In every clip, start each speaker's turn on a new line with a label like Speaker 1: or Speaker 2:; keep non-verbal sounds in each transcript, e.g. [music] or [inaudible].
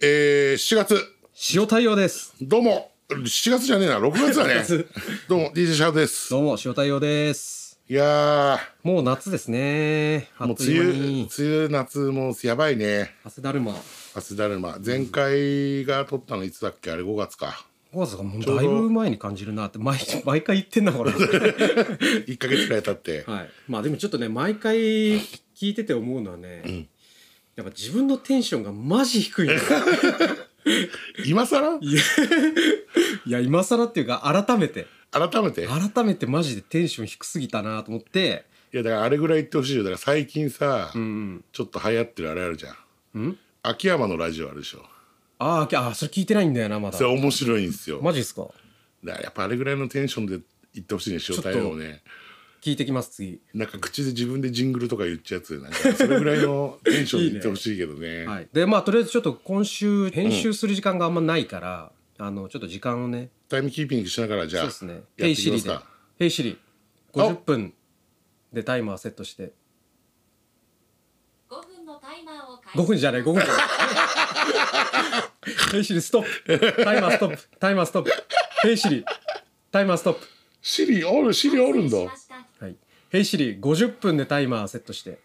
Speaker 1: えー、7月、
Speaker 2: 塩対応です。
Speaker 1: どうも、7月じゃねえな、6月
Speaker 2: [laughs]
Speaker 1: だね。どうも、DJ シャープです。
Speaker 2: どうも、塩対応です。
Speaker 1: いや
Speaker 2: もう夏ですね。
Speaker 1: ー、
Speaker 2: あ
Speaker 1: も
Speaker 2: っ
Speaker 1: う
Speaker 2: と
Speaker 1: 梅
Speaker 2: いう間
Speaker 1: 雨
Speaker 2: に、。
Speaker 1: 梅雨夏もやばいね。
Speaker 2: 汗だるま。
Speaker 1: 汗だるま。前回が撮ったのいつだっけあれ5月か。
Speaker 2: 小坂さんもうだいぶ前に感じるなって、毎 [laughs] 毎回言ってんな、これ。 [laughs] は
Speaker 1: 1ヶ月くらい経って。
Speaker 2: い。まあでもちょっとね、毎回聞いてて思うのはね、やっぱ自分のテンションがマジ低いんだよ
Speaker 1: 今更
Speaker 2: [laughs] いや、今更っていうか、改めて、
Speaker 1: 改めて。い
Speaker 2: 改めてマジでテンション低すぎたなと思って、
Speaker 1: や、だからあれぐらい言ってほしいよ。だから最近さ、
Speaker 2: うん
Speaker 1: ちょっと流行ってるあれあるじゃん。
Speaker 2: うん。ん
Speaker 1: 秋山のラジオあるでしょ。
Speaker 2: あーきゃあー、それ聞いてないんだよな、まだ
Speaker 1: そ。れ面白いんですよ。
Speaker 2: マジですか
Speaker 1: だからやっぱあれぐらいのテンションで言ってほしいね、塩対応をね。
Speaker 2: 聞いてきます、次。
Speaker 1: なんか口で自分でジングルとか言っちゃうやつなんかそれぐらいのテンションで言ってほしいけどね
Speaker 2: [laughs] はい、でまあとりあえずちょっと今週編集する時間があんまないから、あのちょっと時間をね
Speaker 1: タイムキーピングしながらじゃあ
Speaker 2: そうですね「
Speaker 1: や
Speaker 2: ヘ
Speaker 1: って
Speaker 2: イ
Speaker 1: いき
Speaker 2: シ
Speaker 1: ま
Speaker 2: リ」
Speaker 1: す
Speaker 2: で
Speaker 1: か
Speaker 2: 「ヘイシリ」50分でタイマーセットして
Speaker 3: 5分のタイマーを開始
Speaker 2: 5分じゃない5分じゃない
Speaker 1: [laughs]
Speaker 2: 「ヘイシリ」ストップタイマーストップタイマーストップ「ヘイシリ」タイマーストップ
Speaker 1: シリおるシリおるんだ
Speaker 3: 失礼しました
Speaker 2: はい「ヘイシリ」50分でタイマーセットして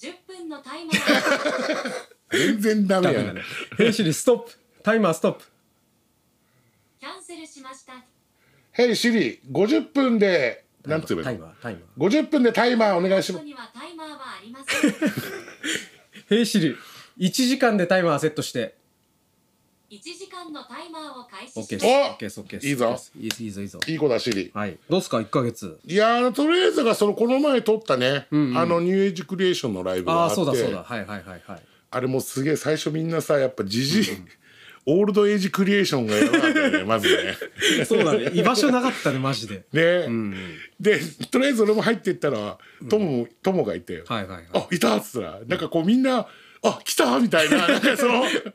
Speaker 3: 10分のタイマーを [laughs]
Speaker 1: 全然ダ
Speaker 2: ダ
Speaker 1: メ
Speaker 2: メ
Speaker 1: や
Speaker 2: だ
Speaker 1: ん
Speaker 2: ね「ヘイシリ」ストップタイマーストップ
Speaker 3: キャンセルしました
Speaker 1: ヘイシリ50分でなんつう
Speaker 2: タイ
Speaker 1: の
Speaker 2: マータイマー
Speaker 1: 50分でタイマーお願いしま
Speaker 3: ここ
Speaker 1: す
Speaker 3: にはタイマーはありません
Speaker 2: 「ヘイシリ」1時間でタイマーセットして
Speaker 3: 1時間のタイマーを開
Speaker 2: オ
Speaker 3: 始
Speaker 2: ッ
Speaker 3: し
Speaker 2: ケー
Speaker 3: ま
Speaker 2: ですす。オ
Speaker 1: お
Speaker 2: ッケーです。オッケーです。
Speaker 1: いいぞ
Speaker 2: オッケーですいいぞ、いいぞ。
Speaker 1: いい子だシリ
Speaker 2: はい。どうっすか、一ヶ月。
Speaker 1: いやーとりあえずがそのこの前撮ったね、あのニューエイジクリエーションのライブが
Speaker 2: あ
Speaker 1: あ
Speaker 2: あ、
Speaker 1: って
Speaker 2: そうだ、そうだ。はい、はい、はい、はい。
Speaker 1: あれもすげえ最初みんなさやっぱジジイ、 [laughs] オールドエイジクリエーションがやばかったよねまずね
Speaker 2: [laughs] そうだね。居場所なかったね、マジで。
Speaker 1: ね、でとりあえず俺も入っていったらトモ,、トモがいて、
Speaker 2: はい、はい、は
Speaker 1: あいたっつったらなんかこうみんな「あ来た!」みたい [laughs] ななんかその
Speaker 2: よ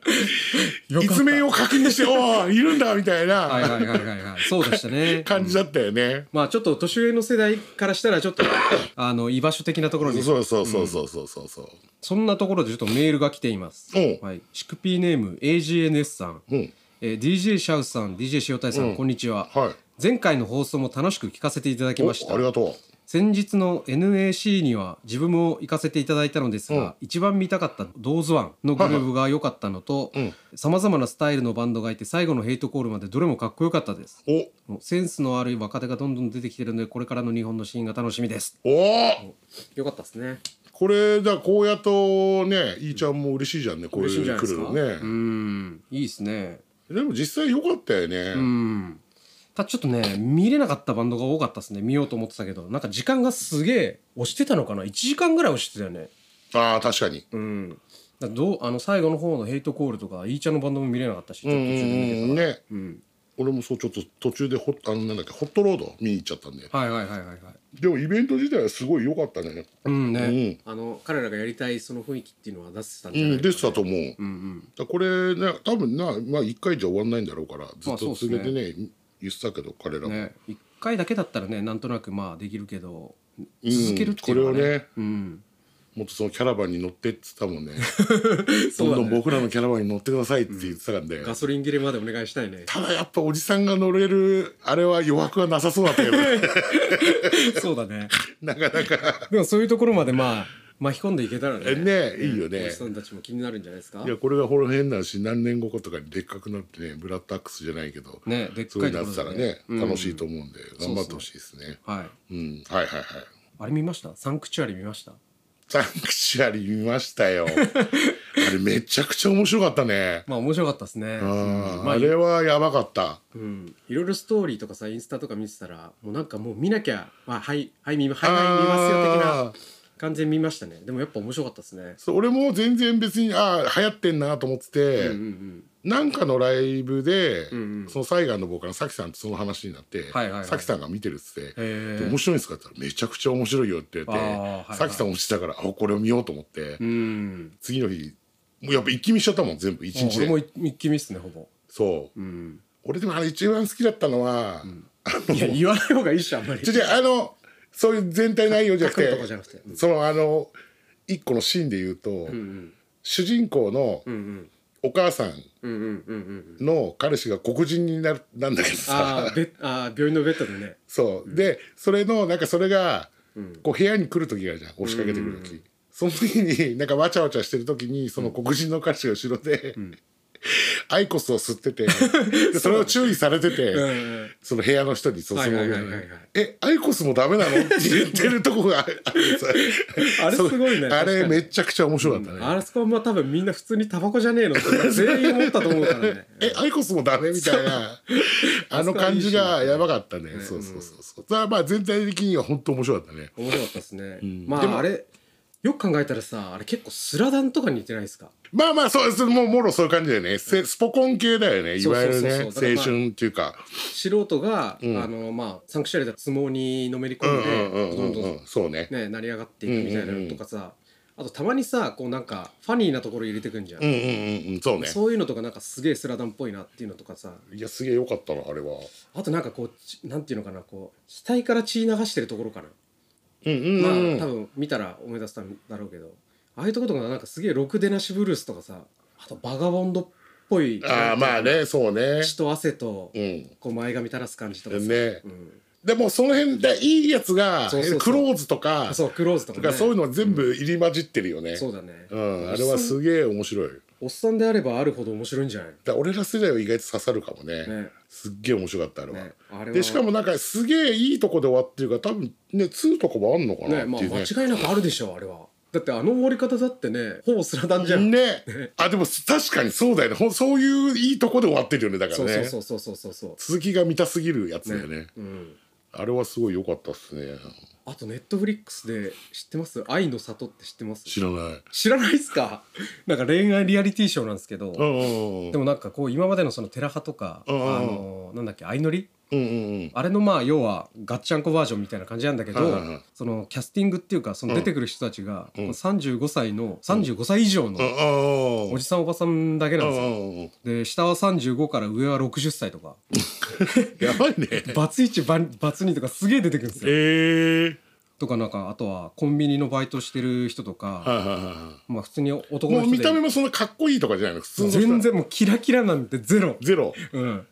Speaker 2: かった
Speaker 1: 一面を確認して「おおいるんだ!」みたいな、
Speaker 2: い。はい、はい、はい、はい、はい。そうでし
Speaker 1: [laughs]
Speaker 2: たね。
Speaker 1: 感じだったよね。
Speaker 2: まあ、ちょっと年上の世代からしたら、ちょっと、あの、居場所的なところに、
Speaker 1: そうそうそうそうそうそうそう。
Speaker 2: そんなところでちょっとメールが来ています
Speaker 1: おう。
Speaker 2: はい。シクピーネーム、AGNS さん。
Speaker 1: うん
Speaker 2: えー DJ シャウスさん、DJ 塩谷さん、こんにちは。
Speaker 1: はい。
Speaker 2: 前回の放送も楽しく聞かせていただき
Speaker 1: お
Speaker 2: ました
Speaker 1: あり。がと
Speaker 2: 先日の NAC には自分も行かせていただいたのですが、一番見たかった「ドーズワンのグルーヴが良かったのと
Speaker 1: はいうん
Speaker 2: さまざまなスタイルのバンドがいて最後のヘイトコールまでどれもかっこよかったです
Speaker 1: う。
Speaker 2: センスのある若手がどんどん出てきてるのでこれからの日本のシーンが楽しみです
Speaker 1: おお
Speaker 2: よかったですね
Speaker 1: これだこうやとねいーちゃんも嬉しいじゃんねこう
Speaker 2: 嬉しいんじ
Speaker 1: いう
Speaker 2: ゃな
Speaker 1: 来
Speaker 2: いです
Speaker 1: るの
Speaker 2: かう
Speaker 1: ね。
Speaker 2: んいいですね
Speaker 1: でも実際良かったよ
Speaker 2: う
Speaker 1: ね。
Speaker 2: んただちょっとね見れなかったバンドが多かったですね見ようと思ってたけどなんか時間がすげえ押してたのかな1時間ぐらい押してたよね
Speaker 1: ああ確かに。
Speaker 2: うん、だからどうあの最後の方の「ヘイトコール」とかイーちゃんのバンドも見れなかったしちょ
Speaker 1: う
Speaker 2: っ
Speaker 1: ん
Speaker 2: と途中
Speaker 1: う
Speaker 2: で見て
Speaker 1: んね。
Speaker 2: うん
Speaker 1: 俺もそうちょっと途中でホッあのなんだっけホットロード見に行っちゃったんで。
Speaker 2: はいはいはいはいはい
Speaker 1: でもイベント自体はすごい良かったね。
Speaker 2: うんね、
Speaker 1: う
Speaker 2: あの彼らがやりたいその雰囲気っていうのは出せてたん
Speaker 1: う
Speaker 2: じゃない
Speaker 1: ん、
Speaker 2: かな
Speaker 1: 出てたと思う。
Speaker 2: うんうん
Speaker 1: だこれね多分なまあ1回じゃ終わんないんだろうからず
Speaker 2: ま
Speaker 1: っ
Speaker 2: あそう
Speaker 1: と
Speaker 2: っす
Speaker 1: 続
Speaker 2: ね
Speaker 1: けてね,、言ってたけど彼らも、
Speaker 2: ね一回だけだったらねなんとなくまあできるけど
Speaker 1: うん
Speaker 2: 続けるっていうのは、ね
Speaker 1: これをね
Speaker 2: うん、
Speaker 1: もっとそのキャラバンに乗ってっつったもんねど
Speaker 2: [laughs] そ
Speaker 1: ん
Speaker 2: うだ
Speaker 1: ど
Speaker 2: ね
Speaker 1: ん僕らのキャラバンに乗ってくださいって言ってたからね、
Speaker 2: ガソリン切れまでお願いしたいね
Speaker 1: ただやっぱおじさんが乗れるあれは余白はなさそうだった
Speaker 2: [laughs]
Speaker 1: よね
Speaker 2: そうだね
Speaker 1: なかなか
Speaker 2: でもそういうところまでまあ巻き込んでいけたらね
Speaker 1: ねいいよ
Speaker 2: お
Speaker 1: ね
Speaker 2: じさんたちも気になるんじゃないですか
Speaker 1: いやこれがほら変なし何年後かとかにでっかくなってねブラッドアックスじゃないけど、
Speaker 2: ねでっ
Speaker 1: そうい
Speaker 2: か
Speaker 1: う
Speaker 2: い
Speaker 1: の
Speaker 2: と
Speaker 1: になってた
Speaker 2: ころだ
Speaker 1: ら
Speaker 2: ね
Speaker 1: ね、
Speaker 2: うん
Speaker 1: 楽しいと思うんで頑張ってほしいですね
Speaker 2: はい
Speaker 1: うんはいはいはい
Speaker 2: あれ見ましたサンクチュアリ見ました
Speaker 1: サンクチュアリ見ました
Speaker 2: [laughs]
Speaker 1: よあれめちゃくちゃ面白かったね
Speaker 2: まあ面白かったですね。
Speaker 1: あ
Speaker 2: うん
Speaker 1: ー
Speaker 2: まあ
Speaker 1: あれはやばかった。
Speaker 2: うん、いろいろストーリーとかさインスタとか見てたらもうなんかもう見なきゃ、まあ、はいはい見,、はいはい、見ますよ的
Speaker 1: あ
Speaker 2: な
Speaker 1: ー
Speaker 2: 完全に見ましたねでもやっぱ面白かったですね
Speaker 1: そう俺も全然別にああ流行ってんなと思ってて、
Speaker 2: うんうん
Speaker 1: なんかのライブで、
Speaker 2: んうん
Speaker 1: そのサイガンのボーカルのサキさんとその話になって、
Speaker 2: はいはいはい
Speaker 1: サキさんが見てるっつって
Speaker 2: へー
Speaker 1: で面白いんですか?」って言ったら「めちゃくちゃ面白いよ」って言って、
Speaker 2: あーはいはい
Speaker 1: サキさん落ちてたから「あこれを見よう」と思って、
Speaker 2: うんうん
Speaker 1: 次の日もうやっぱ一気見しちゃったもん全部一
Speaker 2: あ
Speaker 1: 日
Speaker 2: 俺も
Speaker 1: で。
Speaker 2: 一一気見っすねほぼ、
Speaker 1: そう
Speaker 2: うん、
Speaker 1: 俺でもあれ一番好きだったのは、あの
Speaker 2: いや言わない方がいいっしょあんまり
Speaker 1: じゃじゃあのそういう全体内容じゃなく
Speaker 2: 書く
Speaker 1: て
Speaker 2: とかじゃなくてう
Speaker 1: そのあの一個のシーンで言うと、
Speaker 2: うん
Speaker 1: 主人公の
Speaker 2: うんうん
Speaker 1: お母さん
Speaker 2: うんうんうんうん
Speaker 1: の彼氏が黒人になるなんだけど
Speaker 2: あ
Speaker 1: さ
Speaker 2: ーベあー病院のベッドでね
Speaker 1: そうでそれのなんかそれが
Speaker 2: うん
Speaker 1: こう部屋に来る時があるじゃん押しかけてくる時、
Speaker 2: うん
Speaker 1: その時になんかわちゃわちゃしてる時にその黒人の彼氏が後ろで、
Speaker 2: ん
Speaker 1: アイコスを吸ってて
Speaker 2: [laughs]
Speaker 1: でそれを注意されてて、
Speaker 2: うんうん
Speaker 1: その部屋の人にそう
Speaker 2: は
Speaker 1: そ
Speaker 2: い
Speaker 1: の
Speaker 2: はいはいはいはい
Speaker 1: えアイコスもダメなの?」って言ってるとこがあ
Speaker 2: [laughs]
Speaker 1: るさ
Speaker 2: あれすごいね
Speaker 1: そうあ
Speaker 2: 確
Speaker 1: れ
Speaker 2: かに
Speaker 1: めっちゃくちゃ面白かったね、
Speaker 2: あれそこはまあ多分みんな普通にタバコじゃねえの
Speaker 1: [laughs]
Speaker 2: って全員思ったと思うからね
Speaker 1: えアイコスもダメみたいなあの感じがやばかったねそうそうそうそうそれはまあ全体的には本当面白かったね
Speaker 2: 面白かったですね、
Speaker 1: ん
Speaker 2: ま
Speaker 1: でも
Speaker 2: ああれよく考えたらさあれ結構スラダンとかに似てないですか
Speaker 1: まあまあそうそれももろそういう感じだよねせスポコン系だよねいわゆるね
Speaker 2: そうそうそうそう
Speaker 1: 青春っていうか
Speaker 2: 素人が、
Speaker 1: ん
Speaker 2: あのまあサンクシュアリだと相撲にのめり
Speaker 1: う
Speaker 2: 込
Speaker 1: んうんうん
Speaker 2: んでどん
Speaker 1: う
Speaker 2: ど
Speaker 1: んうんそうね
Speaker 2: んね成り上がっていくみたいなのとかさ、あとたまにさこうなんかファニーなところ入れてくんじゃん、
Speaker 1: うんうんうんうんそうね
Speaker 2: そういうのとかなんかすげえスラダンっぽいなっていうのとかさ
Speaker 1: いやすげえ良かったなあれは
Speaker 2: あとなんかこうちなんていうのかなこう額から血流してるところかな、
Speaker 1: うんうんうん、
Speaker 2: まあ多分見たら思い出したんだろうけどああいうとことかなんかすげえろくでなしブルースとかさあとバガボンドっぽい
Speaker 1: ああまあねそうね
Speaker 2: 血と汗と
Speaker 1: うん
Speaker 2: こう前髪垂らす感じとかさ、
Speaker 1: ね
Speaker 2: うん、
Speaker 1: でもその辺でいいやつが
Speaker 2: そうそうそう
Speaker 1: クローズとか
Speaker 2: あそうクローズとか、
Speaker 1: と
Speaker 2: ね、
Speaker 1: かそういうの全部入り混じってるよね
Speaker 2: そうだね、
Speaker 1: うんあれはすげえ面白い
Speaker 2: おっさんであればあるほど面白いんじゃない
Speaker 1: だから俺ら世代は意外と刺さるかもね
Speaker 2: ね
Speaker 1: すっげえ面白かったあれは、
Speaker 2: ねあれは
Speaker 1: でしかもなんかすげえいいとこで終わってるから多分ね2とかもあんのかな
Speaker 2: ね
Speaker 1: って
Speaker 2: まあ
Speaker 1: いうね
Speaker 2: 間違いなくあるでしょあれはだってあの終わり方だってねほぼスラダンじゃん、
Speaker 1: ねあでも確かにそうだよねほんそういういいとこで終わってるよねだから
Speaker 2: そう
Speaker 1: ね
Speaker 2: そうそうそうそうそうそう
Speaker 1: 続きが見たすぎるやつだよね
Speaker 2: うん、
Speaker 1: あれはすごい良かったっすね
Speaker 2: あとネットフリックスで知ってます「愛の里」って知ってます
Speaker 1: 知らない
Speaker 2: 知らないっすかなんか恋愛リアリティショーなんですけど、
Speaker 1: うんうんうん
Speaker 2: でもなんかこう今までのその寺派とか、
Speaker 1: うんうんうん
Speaker 2: あのなんだっけ相乗り
Speaker 1: うんうん
Speaker 2: あれのまあ要はガッチャンコバージョンみたいな感じなんだけど、
Speaker 1: はいはいはい
Speaker 2: そのキャスティングっていうかその出てくる人たちが、
Speaker 1: ん
Speaker 2: 35歳の35歳以上の
Speaker 1: うんうんうん
Speaker 2: おじさんおばさんだけなん
Speaker 1: う
Speaker 2: ですよ、
Speaker 1: んうんうん
Speaker 2: で下は35から上は60歳とか
Speaker 1: [laughs] やばいね
Speaker 2: バツ1ババツ2とかすげえ出てくるんですよ
Speaker 1: ええ
Speaker 2: とかなんかあとはコンビニのバイトしてる人とか、
Speaker 1: はいはいはい
Speaker 2: まあ普通に男
Speaker 1: [laughs] もう
Speaker 2: の人で
Speaker 1: 見た目もそんなかっこいいとかじゃないの普通の人
Speaker 2: 全然もうキラキラなんてゼロ
Speaker 1: ゼロ
Speaker 2: うん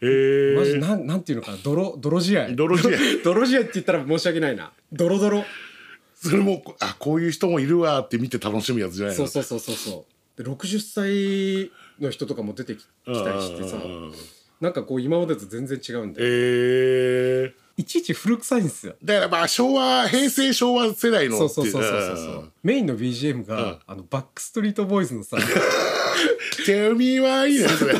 Speaker 1: へ
Speaker 2: マジ
Speaker 1: え
Speaker 2: なんなんていうのかな泥泥仕合
Speaker 1: 泥仕合
Speaker 2: 泥仕合って言ったら申し訳ないな泥泥
Speaker 1: [laughs] それもあこういう人もいるわって見て楽しむやつじゃない
Speaker 2: そ
Speaker 1: の
Speaker 2: うそうそうそうそうで60歳の人とかも出てき
Speaker 1: うん
Speaker 2: きたりしてさ
Speaker 1: うんうんうん
Speaker 2: なんかこう今までと全然違うんで
Speaker 1: ええ
Speaker 2: いちいち古臭いんですよ
Speaker 1: だからまあ昭和平成昭和世代の
Speaker 2: そうそうそうそうそうそ
Speaker 1: うん
Speaker 2: うメインの BGM が、
Speaker 1: うん
Speaker 2: あのバックストリートボーイズの [laughs] さ
Speaker 1: Tell me why いいねそれ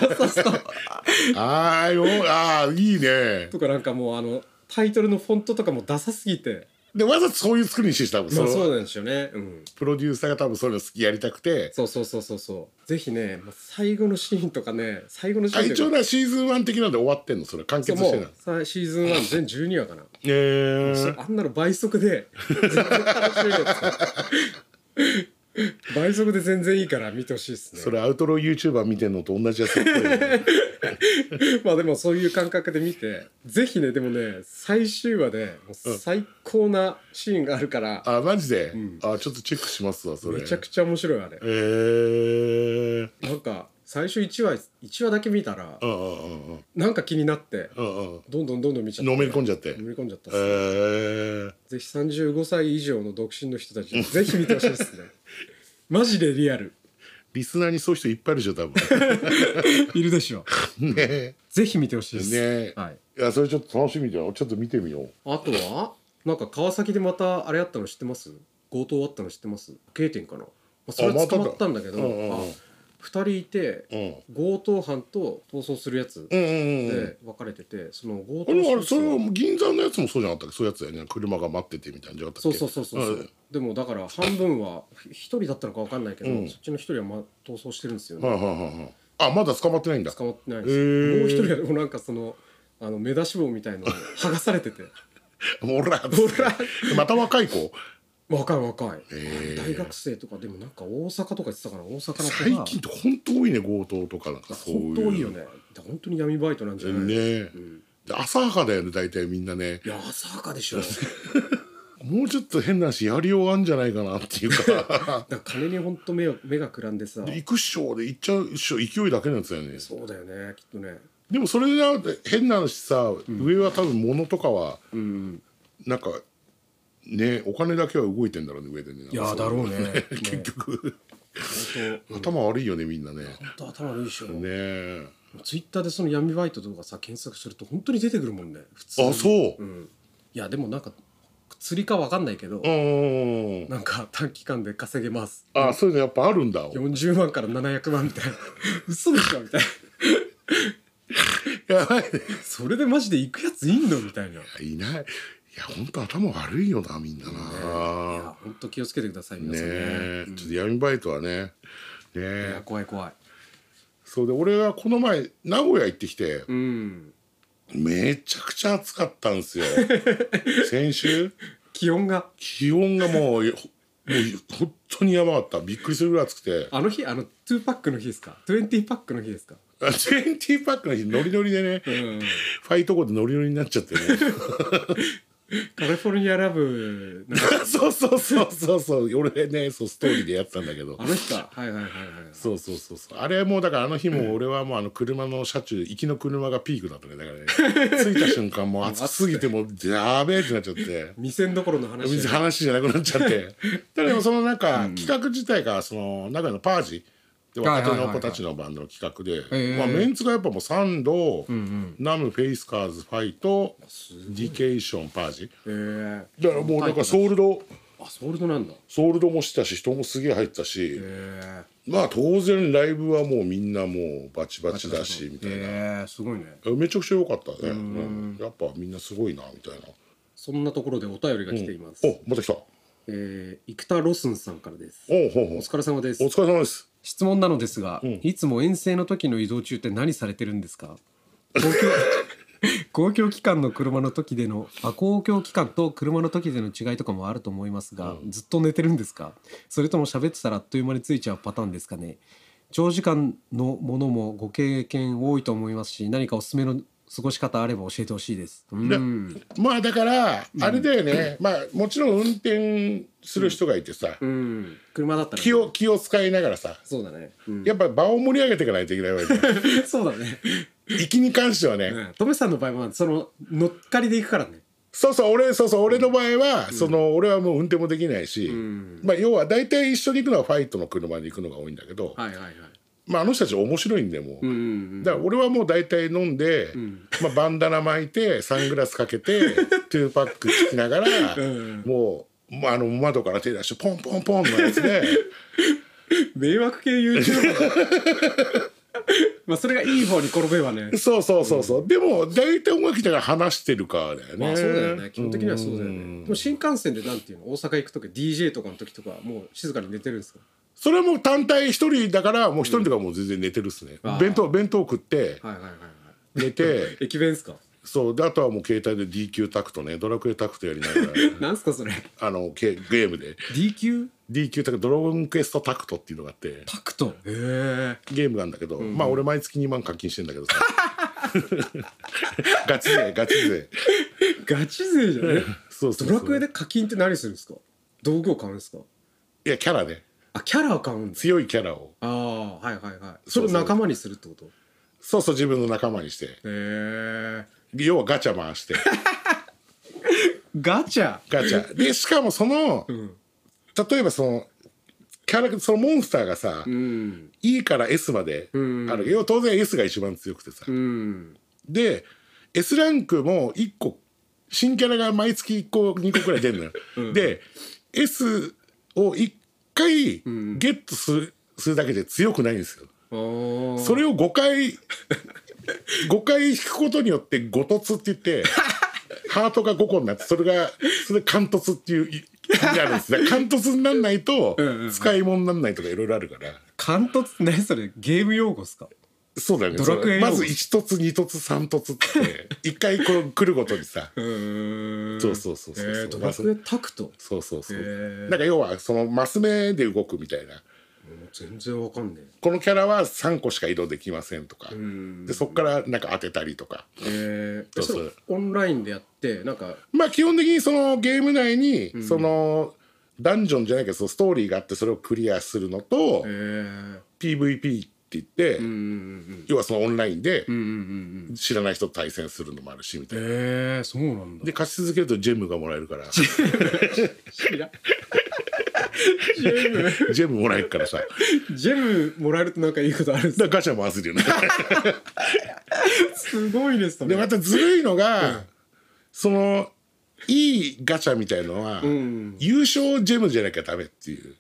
Speaker 1: あーよあーいいね
Speaker 2: とかなんかもうあのタイトルのフォントとかもダサすぎて
Speaker 1: でわざとそういう作りにしてたもん
Speaker 2: ま
Speaker 1: そ
Speaker 2: あそう
Speaker 1: の
Speaker 2: なんですよねうん
Speaker 1: プロデューサーが多分そういうの好きやりたくて
Speaker 2: そうそうそうそうそうぜひね、まあ、最後のシーンとかね最後のシーン
Speaker 1: あ
Speaker 2: と
Speaker 1: 一応
Speaker 2: か
Speaker 1: なシーズン1的なんで終わってんのそれ完
Speaker 2: そ
Speaker 1: 結
Speaker 2: う
Speaker 1: し
Speaker 2: も
Speaker 1: てないう
Speaker 2: さシーズン1全12話かな
Speaker 1: えー
Speaker 2: [laughs] あんなの倍速で全然楽しめるやつ倍速で全然いいから見てほしいですね
Speaker 1: それアウトロー YouTuber 見てんのと同じやつっぽいよね
Speaker 2: まあでもそういう感覚で見てぜひねでもね最終話でもう最高なシーンがあるから、
Speaker 1: あマジで、
Speaker 2: ん
Speaker 1: あちょっとチェックしますわそれ
Speaker 2: めちゃくちゃ面白いあれ
Speaker 1: えー、
Speaker 2: なんか最初1話1話だけ見たら
Speaker 1: うんうんうんうん
Speaker 2: なんか気になって
Speaker 1: うんうん
Speaker 2: どんどんどんどん見ちゃって
Speaker 1: のめり込んじゃって
Speaker 2: 飲み込んじゃったっ
Speaker 1: え
Speaker 2: すね
Speaker 1: ー、
Speaker 2: ぜひ35歳以上の独身の人たちぜひ見てほしいですねマジでリアル
Speaker 1: リスナーにそういう人いっぱいいるでしょ多
Speaker 2: [laughs]
Speaker 1: 分
Speaker 2: いるで
Speaker 1: [laughs]
Speaker 2: しょ
Speaker 1: ね
Speaker 2: ぜひ見てほしいです
Speaker 1: ね
Speaker 2: はい
Speaker 1: いやそれちょっと楽しみだよちょっと見てみよう
Speaker 2: あとはなんか川崎でまたあれあったの知ってます強盗あったの知ってます経店かな、まあ、それ
Speaker 1: ま
Speaker 2: は
Speaker 1: ただ
Speaker 2: 捕まったんだけど、
Speaker 1: うんうんうん
Speaker 2: あ2人いて
Speaker 1: うん
Speaker 2: 強盗犯と逃走するやつ
Speaker 1: うんうんうん
Speaker 2: で分かれててその強
Speaker 1: あ
Speaker 2: 盗
Speaker 1: れあ
Speaker 2: の
Speaker 1: れ
Speaker 2: 人
Speaker 1: そ
Speaker 2: たち
Speaker 1: れは
Speaker 2: は
Speaker 1: 銀座のやつもそうじゃなかったっけそういうやつだよね車が待っててみたいなんじゃなかった
Speaker 2: そ
Speaker 1: っ
Speaker 2: う
Speaker 1: け
Speaker 2: そうそうそうそう、でもだから半分は1人だったのか分かんないけど、
Speaker 1: うん
Speaker 2: そっちの1人はま逃走してるんですよね、
Speaker 1: んはいはいはいはいあまだ捕まってないんだ
Speaker 2: 捕まってないんですよ、
Speaker 1: へー
Speaker 2: もう1人はでもなんかそのあの目出し帽みたいのを [laughs] 剥がされてて
Speaker 1: もう俺ら
Speaker 2: ほら
Speaker 1: また若い子
Speaker 2: 若い若い、
Speaker 1: へー
Speaker 2: 大学生とかでもなんか大阪とか言ってたから大阪の子
Speaker 1: 最
Speaker 2: が
Speaker 1: 近って本当多いね強盗とかなんかそういう
Speaker 2: 本当多いよね本当に闇バイトなんじゃない、
Speaker 1: ね
Speaker 2: うん
Speaker 1: で浅はかだよね大体みんなね [laughs]
Speaker 2: いや浅はかでしょ
Speaker 1: もうちょっと変な話やりようあんじゃないかなっていう
Speaker 2: [laughs]
Speaker 1: か
Speaker 2: だから金に本当目を目がくらんでさ
Speaker 1: で行くっしょで行っちゃうっしょ勢いだけなんですよね
Speaker 2: そうだよねきっとね
Speaker 1: でもそれが変な話さ、上は多分物とかは
Speaker 2: うん
Speaker 1: なんかねお金だけは動いてんだろうね上でね
Speaker 2: いやーだろうね
Speaker 1: 結局
Speaker 2: 本
Speaker 1: 頭悪いよねみんなね
Speaker 2: 当頭悪いでしょ、
Speaker 1: ねえ
Speaker 2: ツイッターでその闇バイトとかさ検索すると本当に出てくるもんね普通に
Speaker 1: あそう
Speaker 2: う、ん、いやでもなんか釣りかわかんないけど、
Speaker 1: うん
Speaker 2: なんか短期間で稼げます
Speaker 1: あそういうのやっぱあるんだい
Speaker 2: 40万から700万みたいな嘘でしょみたい
Speaker 1: やばいね
Speaker 2: なそれでマジで行くやついんのみたいない
Speaker 1: いないいや本当頭悪いよなみんなな
Speaker 2: や本当気をつけてください
Speaker 1: ね
Speaker 2: 皆さんね
Speaker 1: え
Speaker 2: うん
Speaker 1: ちょっと闇バイトはねね
Speaker 2: い
Speaker 1: え
Speaker 2: や怖い怖い
Speaker 1: そうで俺がこの前名古屋行ってきて
Speaker 2: うん
Speaker 1: めちゃくちゃ暑かったんです
Speaker 2: [laughs]
Speaker 1: よ先週
Speaker 2: 気温が
Speaker 1: 気温がもうよもう本当にやばかったびっくりするぐらい暑くて
Speaker 2: あの日あの2パックの日ですか20パックの日ですか
Speaker 1: あ20パックの日ノリノリでね
Speaker 2: うん
Speaker 1: ファイトコーでノリノリになっちゃってね
Speaker 2: [laughs] カリフォルニアラブなんか
Speaker 1: そうそうそうそうそう俺ねそうストーリーでやってたんだけど
Speaker 2: あの日か [laughs] はいはいはいはい
Speaker 1: そうそうそうそうあれもうだからあの日も俺はもうあの車の車中行きの車がピークだったねだから [laughs] ね着いた瞬間もう暑すぎてもうやべえってなっちゃって
Speaker 2: 未戦どころの話
Speaker 1: 別に
Speaker 2: だよ
Speaker 1: 話じゃなくなっちゃってただでもそのなんか企画自体がその中のパージで
Speaker 2: はいは
Speaker 1: 若
Speaker 2: いはい
Speaker 1: 手の子たちのバンドの企画で、
Speaker 2: へえ
Speaker 1: まあ、メンツがやっぱもうサンド、
Speaker 2: ん
Speaker 1: ナムフェイスカーズファイトディケーションパージ
Speaker 2: へえ
Speaker 1: だからもうなんかソールド
Speaker 2: あソールドなんだへ
Speaker 1: ソールドもしてたし人もすげえ入ってたし、
Speaker 2: え
Speaker 1: まあ当然ライブはもうみんなもうバチバチだしみたいな、
Speaker 2: へえすごいね
Speaker 1: めちゃくちゃ良かったね、うんやっぱみんなすごいなみたいな
Speaker 2: そんなところでお便りが来ています、
Speaker 1: おまた来たおう
Speaker 2: えー、生田ロスンさんからです
Speaker 1: ほうほう
Speaker 2: お疲れ様です
Speaker 1: お疲れ様です
Speaker 2: 質問なのですが、
Speaker 1: ん
Speaker 2: いつも遠征の時の移動中って何されてるんですか公 [laughs] 共公共機関の車の時でのあ公共機関と車の時での違いとかもあると思いますが、ずっと寝てるんですかそれとも喋ってたらあっという間についちゃうパターンですかね長時間のものもご経験多いと思いますし何かおすすめの過ごし方あれば教えてほしいですうん
Speaker 1: まあだからあれだよね、まあもちろん運転する人がいてさ、
Speaker 2: うん車だったらね
Speaker 1: 気を気を使いながらさ
Speaker 2: そうだね、うん
Speaker 1: やっぱ場を盛り上げていかないといけないわけじゃん [laughs]
Speaker 2: そうだね
Speaker 1: 行きに関してはね、
Speaker 2: うんトメさんの場合はその乗っかりで行くからね
Speaker 1: そうそう俺そうそう俺の場合は、その俺はもう運転もできないし、
Speaker 2: ん
Speaker 1: まあ要は大体一緒に行くのはファイトの車で行くのが多いんだけど、
Speaker 2: はいはいはい
Speaker 1: まあ、あの人たち面白いんでもう、
Speaker 2: うんうん
Speaker 1: だから俺はもう大体飲んで、まあ、バンダナ巻いてサングラスかけて
Speaker 2: [laughs]
Speaker 1: トゥーパックつきながら、もう、まあ、あの窓から手出してポンポンポンのやつで
Speaker 2: 迷惑系 YouTuber [laughs] まあそれがいい方に転べばね
Speaker 1: そうそうそうそう、でも大体音楽だから話してるからだよね、
Speaker 2: まあそうだよね基本的にはそうだよ
Speaker 1: ん
Speaker 2: ねでも新幹線でなんていうの大阪行く時 DJ とかの時とかはもう静かに寝てるんですか
Speaker 1: それはもう単体一人だからもう一人とかもう全然寝てるっすね、
Speaker 2: あー
Speaker 1: 弁当弁当食って
Speaker 2: はいはいはいはい
Speaker 1: 寝て
Speaker 2: [laughs] 駅弁ですか
Speaker 1: そうであとはもう携帯で DQ タクトねドラクエタクトやりながら
Speaker 2: なんすかそれ
Speaker 1: あのゲゲームで
Speaker 2: DQ?
Speaker 1: DQ タクトドラゴンクエストタクトっていうのがあって
Speaker 2: タクトへえ
Speaker 1: ゲームなんだけど、まあ俺毎月2万課金してんだけどさ [laughs] ガチ勢ガチ勢
Speaker 2: ガチ勢じゃ [laughs] ね
Speaker 1: そうそうそう
Speaker 2: ドラクエで課金って何するんですか道具を買うんですか
Speaker 1: いやキャラね
Speaker 2: あキャラを買うんです
Speaker 1: 強いキャラを
Speaker 2: ああはいはいはいそ
Speaker 1: そ
Speaker 2: れ
Speaker 1: うそう
Speaker 2: を仲間にするってことへ
Speaker 1: そうそう自分の仲間にして
Speaker 2: え
Speaker 1: 要はガチャ回
Speaker 2: [laughs]
Speaker 1: して
Speaker 2: ガチャ
Speaker 1: ガチャでしかもその
Speaker 2: うん
Speaker 1: 例えばそのキャラクそのモンスターがさ、
Speaker 2: うん、
Speaker 1: E から S まであ
Speaker 2: ん
Speaker 1: る要は当然 S が一番強くてさ、
Speaker 2: うん、
Speaker 1: で S ランクも1個新キャラが毎月1個2個くらい出る
Speaker 2: [laughs]
Speaker 1: のよ、で S を1回ゲットする,、するだけで強くないんですよ
Speaker 2: お
Speaker 1: それを5回
Speaker 2: [laughs]
Speaker 1: 5回引くことによって「ごとつ」って言って
Speaker 2: [laughs]
Speaker 1: ハートが5個になってそれがそれで「貫突」っていういになるんですね貫突になんないと
Speaker 2: んうんうん
Speaker 1: 使い物になんないとかいろいろあるから。
Speaker 2: 関東って何それゲーム用語っすか
Speaker 1: そうだよね。
Speaker 2: ドラクエ用語
Speaker 1: まず1突、2突、3突って、1回こう来るごとにさ、
Speaker 2: うん
Speaker 1: そうそうそうそう
Speaker 2: えー、ドラクエタクト
Speaker 1: そうそうそう。
Speaker 2: へー
Speaker 1: なんか要はそのマス目で動くみたいな。
Speaker 2: もう全然わかんね
Speaker 1: このキャラは3個しか移動できませんとか
Speaker 2: えうん
Speaker 1: でそこからなんか当てたりとか
Speaker 2: え
Speaker 1: そ
Speaker 2: ー、
Speaker 1: うそう
Speaker 2: それオンラインでやってなんか
Speaker 1: まあ基本的にそのゲーム内にそのダンジョンじゃないけどそのストーリーがあってそれをクリアするのと
Speaker 2: えー、
Speaker 1: PVP って言って
Speaker 2: うんうん
Speaker 1: 要はそのオンラインで
Speaker 2: うんうんうんうんうん
Speaker 1: 知らない人と対戦するのもあるしみたいな。
Speaker 2: えー、そうなんだ
Speaker 1: で勝ち続けるとジェムがもらえるから
Speaker 2: 知らんジェム
Speaker 1: ジェムもらえるからさだか
Speaker 2: ジェムもらえるとなんかいいことあるんです
Speaker 1: らガチャ回せるよね。
Speaker 2: [laughs] すごいです
Speaker 1: で
Speaker 2: ね
Speaker 1: またずるいのが、そのいいガチャみたいのは、
Speaker 2: ん
Speaker 1: 優勝ジェムじゃなきゃダメって
Speaker 2: [laughs]
Speaker 1: いう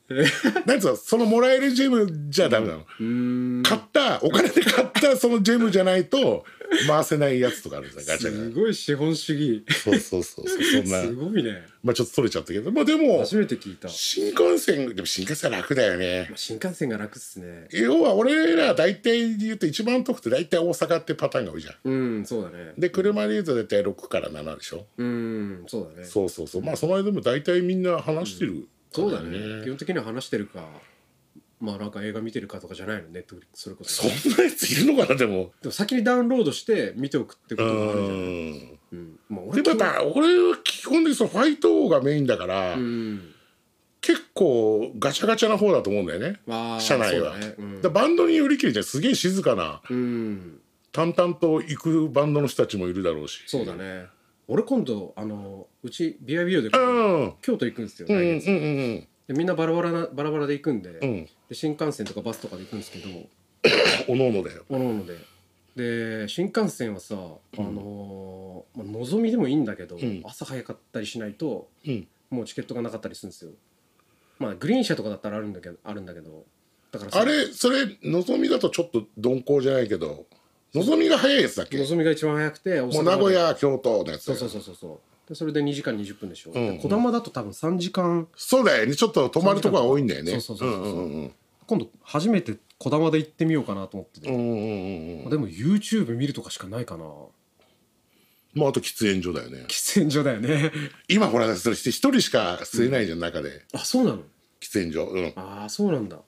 Speaker 1: なんつうのそのもらえるジェムじゃダメなの、
Speaker 2: うん
Speaker 1: 買ったお金で買ったそのジェムじゃないと回せないやつとかあるんですよガチ
Speaker 2: す
Speaker 1: ャが
Speaker 2: ごい資本主義
Speaker 1: そうそうそうそうそんな
Speaker 2: すごいね
Speaker 1: まあちょっと取れちゃったけどまあでも
Speaker 2: 初めて聞いた
Speaker 1: 新幹線でも新幹線は楽だよね
Speaker 2: 新幹線が楽っすね
Speaker 1: 要は俺ら大体で言うと一番遠くて大体大阪ってパターンが多いじゃん
Speaker 2: うんそうだね
Speaker 1: で車で言うと大体6から7でしょ
Speaker 2: うんそうだね
Speaker 1: そうそうそうまあその間も大体みんな話してるから、
Speaker 2: そうだね基本的には話してるかまあなんか映画見てるかとかじゃないのネットフリックスそれこそ
Speaker 1: そんなやついるのかなでも
Speaker 2: でも先にダウンロードして見ておくって
Speaker 1: う
Speaker 2: こともあるじゃん
Speaker 1: ん
Speaker 2: うんまあ
Speaker 1: で
Speaker 2: 俺
Speaker 1: また俺は基本的にそのファイト王がメインだから、
Speaker 2: うん
Speaker 1: 結構ガチャガチャな方だと思うんだよね
Speaker 2: あー
Speaker 1: 社内は、
Speaker 2: そうだねう
Speaker 1: だ
Speaker 2: ん
Speaker 1: からバンドに売り切れちゃうすげえ静かな
Speaker 2: うん
Speaker 1: 淡々と行くバンドの人たちもいるだろうし
Speaker 2: そうだね俺今度あのうち BIBO で
Speaker 1: うん
Speaker 2: 京都行くんですよ
Speaker 1: うんう
Speaker 2: 来
Speaker 1: ん
Speaker 2: 月
Speaker 1: うんうん
Speaker 2: でみんなバラバラなバラバラで行くんで,、
Speaker 1: うん
Speaker 2: で新幹線とかバスとかで行くんですけど
Speaker 1: おのおのだよ
Speaker 2: おのおのでで新幹線はさ、あのーまあ、のぞみでもいいんだけど、
Speaker 1: ん
Speaker 2: 朝早かったりしないと
Speaker 1: うん
Speaker 2: もうチケットがなかったりするんですよまあグリーン車とかだったらあるんだけどあるんだけどだからさ
Speaker 1: あれそれのぞみだとちょっと鈍行じゃないけどのぞみが早いやつだっけ
Speaker 2: のぞみが一番早くて大阪
Speaker 1: もう
Speaker 2: ま
Speaker 1: 名
Speaker 2: で
Speaker 1: 古屋京都のやつ
Speaker 2: そうそうそうそうそうでそれで2時間20分でしょ、
Speaker 1: んうん
Speaker 2: でこだまだと多分3時間
Speaker 1: そうだよねちょっと泊まるとこが多いんだよね
Speaker 2: そうそうそうそうそうん
Speaker 1: うん
Speaker 4: 今度初めてこだまで行ってみようかなと思ってて、
Speaker 1: うんうんうんうん
Speaker 4: でも YouTube 見るとかしかないかな
Speaker 1: まああと喫煙所だよね
Speaker 4: 喫煙所だよ
Speaker 1: [laughs]
Speaker 4: ね
Speaker 1: 今ほらそれして一人しか吸えないじゃん中で
Speaker 2: あそうなの
Speaker 1: 喫煙所うん
Speaker 2: ああそうなんだ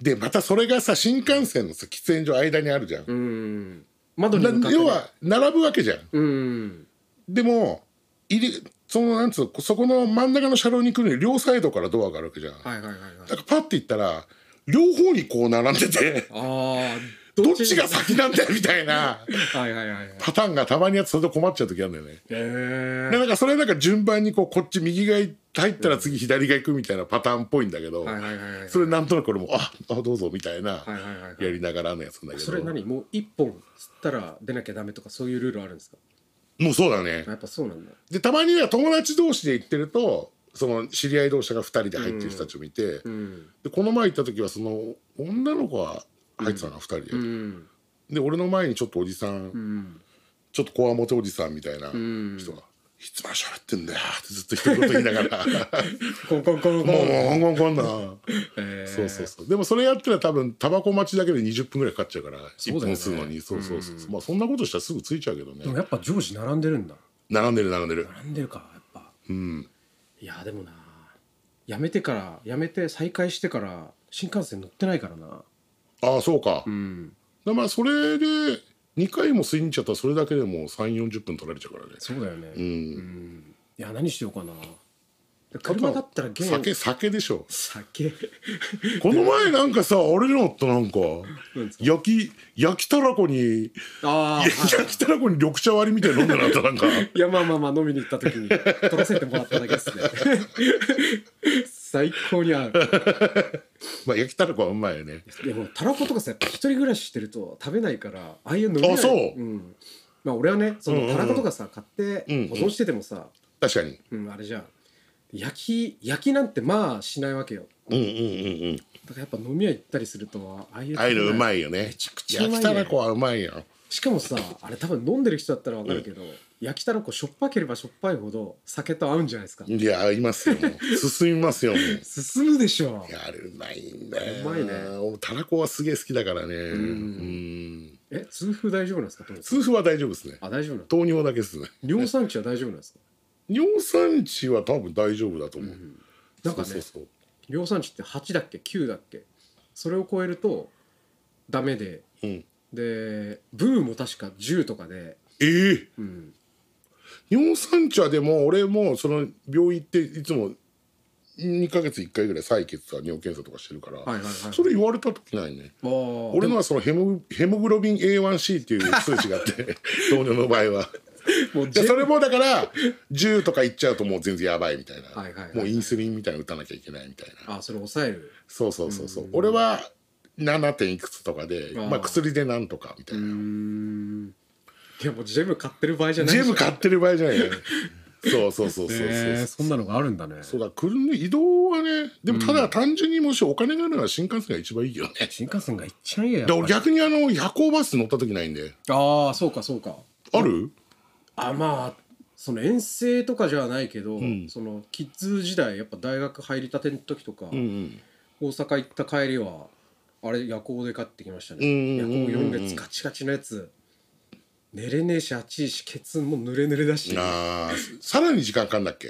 Speaker 1: でまたそれがさ新幹線のさ喫煙所間にあるじゃん、
Speaker 2: うん窓に向か
Speaker 1: な
Speaker 2: ってね
Speaker 1: 要は並ぶわけじゃん
Speaker 2: うん
Speaker 1: でも入りそのなんつうのそこの真ん中の車両に来るのに両サイドからドアがあるわけじゃん、
Speaker 2: はいはいはいはい
Speaker 1: だからパッて行ったら両方にこう並んで
Speaker 2: [laughs]
Speaker 1: て
Speaker 2: ああ
Speaker 1: どっちが先なんだよみたいな
Speaker 2: はいはいはいはい
Speaker 1: パターンがたまにあってそれで困っちゃう時あるんだよね
Speaker 2: え
Speaker 1: でなんかそれなんか順番にこうこっち右が入ったら次左が行くみたいなパターンっぽいんだけど、
Speaker 2: ー、はいはいはいはい
Speaker 1: それなんとなく俺もああどうぞみたいな
Speaker 2: はいはいはいはい
Speaker 1: やりながらのやつなんだけど
Speaker 2: それ何もう一本吸ったら出なきゃダメとかそういうルールあるんですか
Speaker 1: もうそうだね
Speaker 2: やっぱそうなんだ
Speaker 1: でたまには友達同士で行ってるとその知り合い同士が2人で入ってる人たちを見て、
Speaker 2: うん
Speaker 1: でこの前行った時はその女の子が入ってたの2人で、
Speaker 2: うん
Speaker 1: で俺の前にちょっとおじさん、
Speaker 2: うん
Speaker 1: ちょっとこわもておじさんみたいな人が「
Speaker 2: ん
Speaker 1: いつまで喋ってんだよ」ってずっと一言言いなが
Speaker 2: [laughs]
Speaker 1: ら
Speaker 2: コンコンコ
Speaker 1: 「
Speaker 2: ンコ
Speaker 1: もう
Speaker 2: ン
Speaker 1: もうこんこんこんな」
Speaker 2: えー
Speaker 1: そうそうそうでもそれやったら多分タバコ待ちだけで20分ぐらいかかっちゃうから一
Speaker 4: うだよね
Speaker 1: 本吸うのにそうそうそうまあそんなことしたらすぐついちゃうけど
Speaker 4: でも
Speaker 1: ね
Speaker 4: やっぱ常時並んでるんだ
Speaker 1: 並んでる並んでる
Speaker 4: 並んでるかやっぱ
Speaker 1: うん
Speaker 2: いやでもなやめてからやめて再開してから新幹線乗ってないからな
Speaker 1: ああそうか
Speaker 2: うん
Speaker 1: だからまあそれで2回も吸いに行っちゃったらそれだけでもう3 4 0分取られちゃうからね
Speaker 4: そうだよね、
Speaker 1: う
Speaker 4: い
Speaker 1: ん
Speaker 4: や何しようかな
Speaker 2: 車だったらゲーム
Speaker 1: 酒酒でしょ
Speaker 2: 酒
Speaker 1: この前なんかさあれだったなんか
Speaker 2: なんですか
Speaker 1: 焼き焼きたらこに
Speaker 2: ああ
Speaker 1: 焼きたらこに緑茶割りみたいなの飲んでなかったなんか
Speaker 2: いやまあまあまあ飲みに行った時に取らせてもらっただけですね最高に合う
Speaker 1: まあ焼きたらこはうまいよね
Speaker 2: いやもうタラコとかさやっぱ一人暮らししてると食べないからああいうのない、
Speaker 1: あそうん
Speaker 2: まあ俺はねそ
Speaker 1: うんうん
Speaker 2: の
Speaker 1: うん
Speaker 2: タラコとかさ買って
Speaker 1: うん
Speaker 2: 保存しててもさ、
Speaker 1: 確かに
Speaker 2: うんあれじゃん焼き焼きなんてまあしないわけよ
Speaker 1: うんうんうんうん
Speaker 2: だからやっぱ飲み屋行ったりするとああいう
Speaker 1: ああいうのうま
Speaker 2: い
Speaker 1: いよね
Speaker 2: めちゃくちゃうまいね
Speaker 1: 焼きたらこはうまいよ
Speaker 2: しかもさあれ多分飲んでる人だったらわかるけど、焼きタラコしょっぱければしょっぱいほど酒と合うんじゃないですか、
Speaker 1: いや合いますよも
Speaker 2: [laughs]
Speaker 1: う進みますよもうい
Speaker 2: 進むでしょ
Speaker 1: やあれうまいんだよ
Speaker 2: うまいね
Speaker 1: 俺たらこはすげえ好きだからねうん
Speaker 2: え痛風大丈夫なんですかトムさ
Speaker 1: 痛
Speaker 2: ん
Speaker 1: 風は大丈夫ですね
Speaker 2: あ大丈夫なの
Speaker 1: 糖尿だけですね
Speaker 2: 尿酸値は大丈夫なんですか
Speaker 1: 尿酸値は多分大丈夫だと思う、
Speaker 2: なんかね
Speaker 1: そうそうそう
Speaker 2: 量産値って8だっけ9だっけそれを超えるとダメで
Speaker 1: うん、
Speaker 2: でブーも確か10とかで、
Speaker 1: ええ
Speaker 2: うん、
Speaker 1: 尿酸値はでも俺もその病院行っていつも2ヶ月1回ぐらい採血とか尿検査とかしてるから、
Speaker 2: はいはいはい
Speaker 1: それ言われた時ないね
Speaker 2: あー
Speaker 1: 俺のはそのヘモヘモグロビン A1C っていう数値があって
Speaker 2: [laughs]
Speaker 1: 糖尿の場合は
Speaker 2: もう
Speaker 1: で
Speaker 2: 全
Speaker 1: それもだ
Speaker 2: [laughs]
Speaker 1: から10とかいっちゃうともう全然やばいみたいな、
Speaker 2: はいはいはい
Speaker 1: もうインスリンみたいなの打たなきゃいけないみたいな
Speaker 2: あそれ抑える
Speaker 1: そうそうそうそう俺は 7. 点いくつとかで
Speaker 2: あー
Speaker 1: まあ、薬でなんとかみたいうな、
Speaker 2: んいやもうジェム買ってる場合じゃない
Speaker 1: ジェム買ってる場合じゃないよねそうそうそう
Speaker 2: [laughs]
Speaker 1: そうそうそう、
Speaker 4: えーそんなのがあるんだね
Speaker 1: そうだ車の移動はねでもただ単純にもしお金があるなら新幹線が一番いいよね、
Speaker 4: 新幹線がいっちゃんややっ
Speaker 1: で
Speaker 4: ぱり
Speaker 1: 俺逆にあの夜行バス乗った時ないんで
Speaker 2: ああそうかそうか
Speaker 1: ある
Speaker 2: あまあその遠征とかじゃないけど、
Speaker 1: ん
Speaker 2: そのキッズ時代やっぱ大学入りたての時とか、
Speaker 1: うんうん
Speaker 2: 大阪行った帰りはあれ夜行で買ってきましたね、
Speaker 1: うんうんうんうん
Speaker 2: 夜行4月ガチガチのやつ寝れねえし暑いしケツも濡れ濡れだしいや
Speaker 1: あーさらに時間かかんだっけ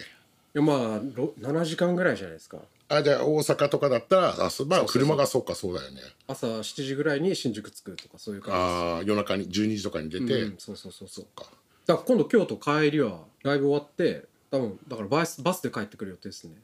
Speaker 2: まあろ7時間ぐらいじゃないですか
Speaker 1: あじゃあ大阪とかだったらあそまあ
Speaker 2: そうそうそう
Speaker 1: 車がそうかそうだよね
Speaker 2: 朝7時ぐらいに新宿着くとかそういう感
Speaker 1: ああ夜中に12時とかに出
Speaker 2: じ
Speaker 1: て、
Speaker 2: で、うん、そうそうそうそうだから今度京都帰りはライブ終わって多分だからバスバスで帰ってくる予定ですね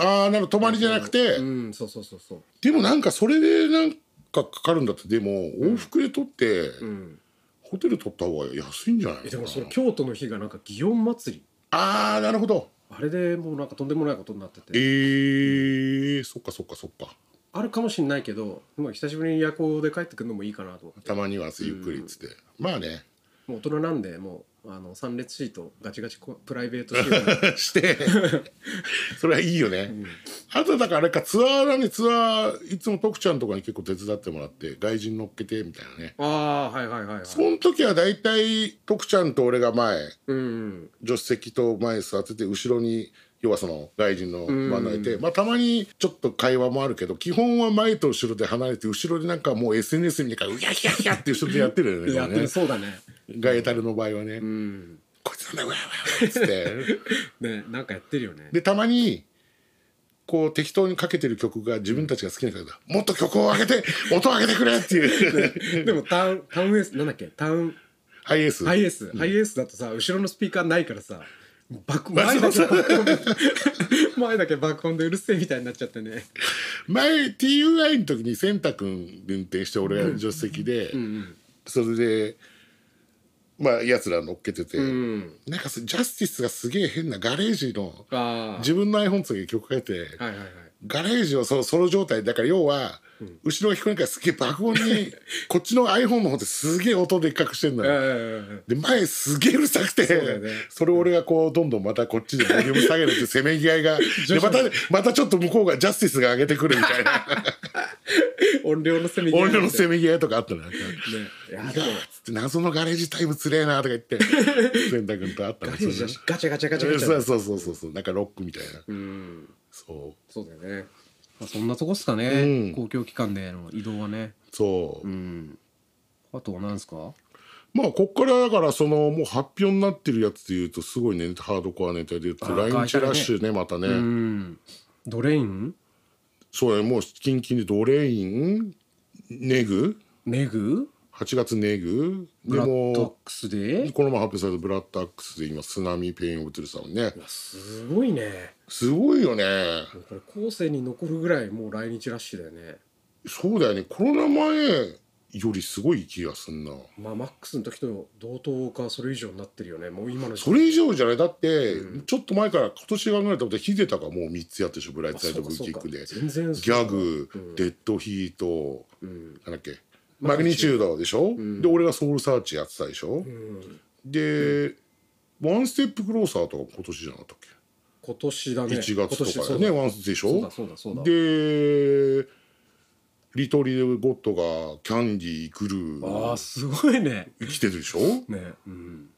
Speaker 1: ああなるほど泊まりじゃなくて、
Speaker 2: うんそうそうそうそう
Speaker 1: でもなんかそれでなんかかかるんだってでも往復で取って、
Speaker 2: うん
Speaker 1: ホテル取った方が安いんじゃない
Speaker 2: え
Speaker 1: の
Speaker 2: で
Speaker 1: かな
Speaker 2: もその京都の日がなんか祇園祭り
Speaker 1: ああなるほど
Speaker 2: あれでもうなんかとんでもないことになって
Speaker 1: え
Speaker 2: て
Speaker 1: ーそっかそっかそっか
Speaker 2: あるかもしんないけど、まあ、久しぶりに夜行で帰ってくるのもいいかなと思って
Speaker 1: たまにはゆっくりっつって、まあね [laughs]
Speaker 2: もう大人なんでもうあの3列シートガチガチこプライベートシ
Speaker 1: [laughs]
Speaker 2: ート [laughs]
Speaker 1: してそれはいいよね、あとだからあれかツアーだねツアーいつも徳ちゃんとかに結構手伝ってもらって外人乗っけてみたいなね
Speaker 2: ああはいはいはいはい
Speaker 1: その時は大体徳ちゃんと俺が前
Speaker 2: うんうん
Speaker 1: 助手席と前座ってて後ろに要はその外人の真ん中いて、まあたまにちょっと会話もあるけど基本は前と後ろで離れて後ろでなんかもう SNS みたいなうやいやいやって後ろでやってるよね
Speaker 2: [laughs] やって
Speaker 1: これ
Speaker 2: る
Speaker 1: ね
Speaker 2: そうだね
Speaker 1: ガエタルの場合はね、
Speaker 2: うん
Speaker 1: こいつなんだうわうわうわっつ
Speaker 2: [laughs]
Speaker 1: って。
Speaker 2: ねなんかやってるよね
Speaker 1: でたまにこう適当にかけてる曲が自分たちが好きな曲だもっと曲を上げ
Speaker 2: [laughs]
Speaker 1: て音を上げてくれっていう
Speaker 2: でもタウンタウンエースなんだっけタウン
Speaker 1: ハイエース
Speaker 2: ハイエース、ハイエースだとさ後ろのスピーカーないからさ爆
Speaker 1: まあ
Speaker 2: 前だけ
Speaker 1: そう
Speaker 2: 爆音で前だけ爆音でう [laughs] るせえみたいになっちゃってね
Speaker 1: 前 TUI の時にセンタ君運転して俺が助手席で、それでまあやつら乗っけてて、
Speaker 2: うん
Speaker 1: なんかそジャスティスがすげえ変なガレージの
Speaker 2: ああ
Speaker 1: 自分の iPhone つけて曲かけて、
Speaker 2: はいはいはい
Speaker 1: ガレージをそのその状態だから要は、後ろが聞こえないからすげえ爆音
Speaker 2: [laughs]
Speaker 1: にこっちの iPhone の方ですげえ音でっかくしてんだよ。
Speaker 2: え
Speaker 1: で前すげえうるさくて
Speaker 2: そうだよ
Speaker 1: そ,、
Speaker 2: ね
Speaker 1: れを俺がこうどんどんまたこっちでボリューム下げるっていうせめぎ合いがでまたまたちょっと向こうがジャスティスが上げてくるみ
Speaker 2: [laughs]
Speaker 1: たいな
Speaker 2: え音量のせめぎ合い
Speaker 1: 俺のせ
Speaker 2: ね
Speaker 1: めぎ合いとかあったのなんか
Speaker 2: いやでも
Speaker 1: つって [laughs] 謎のガレージタイムつれえなとか言って
Speaker 4: [laughs]
Speaker 1: 千田君と会ったの
Speaker 2: ガチャガチャガチャガチ
Speaker 1: そう
Speaker 2: ャガチャ
Speaker 1: そうそうそうそうなんかロックみたいな、
Speaker 2: うん
Speaker 1: そう
Speaker 2: そうだよね
Speaker 4: まあそんなとこっすかね、
Speaker 1: うん
Speaker 4: 公共機関での移動はね
Speaker 1: そう、
Speaker 2: うん
Speaker 4: あとは何ですか
Speaker 1: まあこっからだからそのもう発表になってるやつでいうとすごいねハードコアネタで言うと
Speaker 4: あー
Speaker 1: 来日ラッシュねまたね、
Speaker 4: うんドレイン
Speaker 1: そうねもうキンキンでドレインネグ
Speaker 4: ネグ
Speaker 1: 8月ネグ
Speaker 4: ブ
Speaker 1: で
Speaker 4: ラッドアッ
Speaker 1: も
Speaker 4: クスで
Speaker 1: この前発表されたブラッドアックスで今津波ペインオブトゥルさんね
Speaker 2: すごいね
Speaker 1: すごいよね
Speaker 2: これ後世に残るぐらいもう来日ラッシュだよね
Speaker 1: そうだよねコロナ前よりすごい気がすんな
Speaker 2: まあマックスの時と同等かそれ以上になってるよねもう今の時
Speaker 1: それ以上じゃないだってちょっと前から今年考えたことでヒデタがもう3つやってるでしょブライトサイドブーキックでギ
Speaker 2: 全然そう
Speaker 1: ャグ、
Speaker 2: うん
Speaker 1: デッドヒート
Speaker 2: うん
Speaker 1: なんだっけマグニチュードでしょ、
Speaker 2: ん
Speaker 1: で俺がソウルサーチやってたでしょ、
Speaker 2: うん
Speaker 1: で、ワンステップクローサーとか今年じゃなかったっけ
Speaker 2: 今年だね
Speaker 1: 1月とか
Speaker 2: 今年そ
Speaker 1: だよ
Speaker 2: う
Speaker 1: ね
Speaker 2: だ
Speaker 1: ワンスでし
Speaker 2: そうだ
Speaker 1: ょ
Speaker 2: そうだそうだ
Speaker 1: でリトリルゴッドがキャンディーグル
Speaker 4: ああ
Speaker 1: ー
Speaker 4: すごいね
Speaker 1: 来てるでしょ
Speaker 4: ね
Speaker 2: うん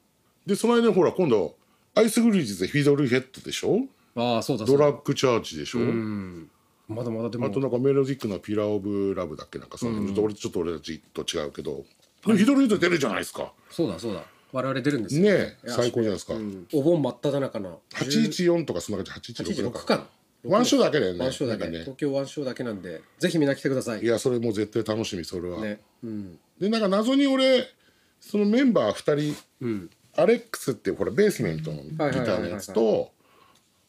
Speaker 1: でその間にほら今度アイスグリーズでフィドルヘッドでしょ
Speaker 4: ああそうだそ
Speaker 1: ド
Speaker 4: うだ
Speaker 1: ラッグチャーチでしょ、
Speaker 2: うんまだまだでも
Speaker 1: あとなんかメロディックなピラー・オブ・ラブだっけなんかさ、ちょっと俺ちょっと俺たちと違うけど、でもフィドルヘッド出るじゃないですか
Speaker 4: そうだそうだ我々出るんですよ
Speaker 1: ねえ最高じゃないですか、
Speaker 2: うんお盆真っ只中な
Speaker 1: 814とかそんな感じ816
Speaker 2: 816
Speaker 1: か
Speaker 2: かな
Speaker 1: ワンショーだけだよね
Speaker 2: ワンショーだけ、
Speaker 1: なんかね
Speaker 2: 東京ワンショーだけなんでぜひみんな来てください
Speaker 1: いやそれもう絶対楽しみそれは、
Speaker 2: ねうん
Speaker 1: でなんか謎に俺そのメンバー2人
Speaker 2: うん
Speaker 1: アレックスっていうほらベースメントのギターのやつ
Speaker 2: は
Speaker 1: と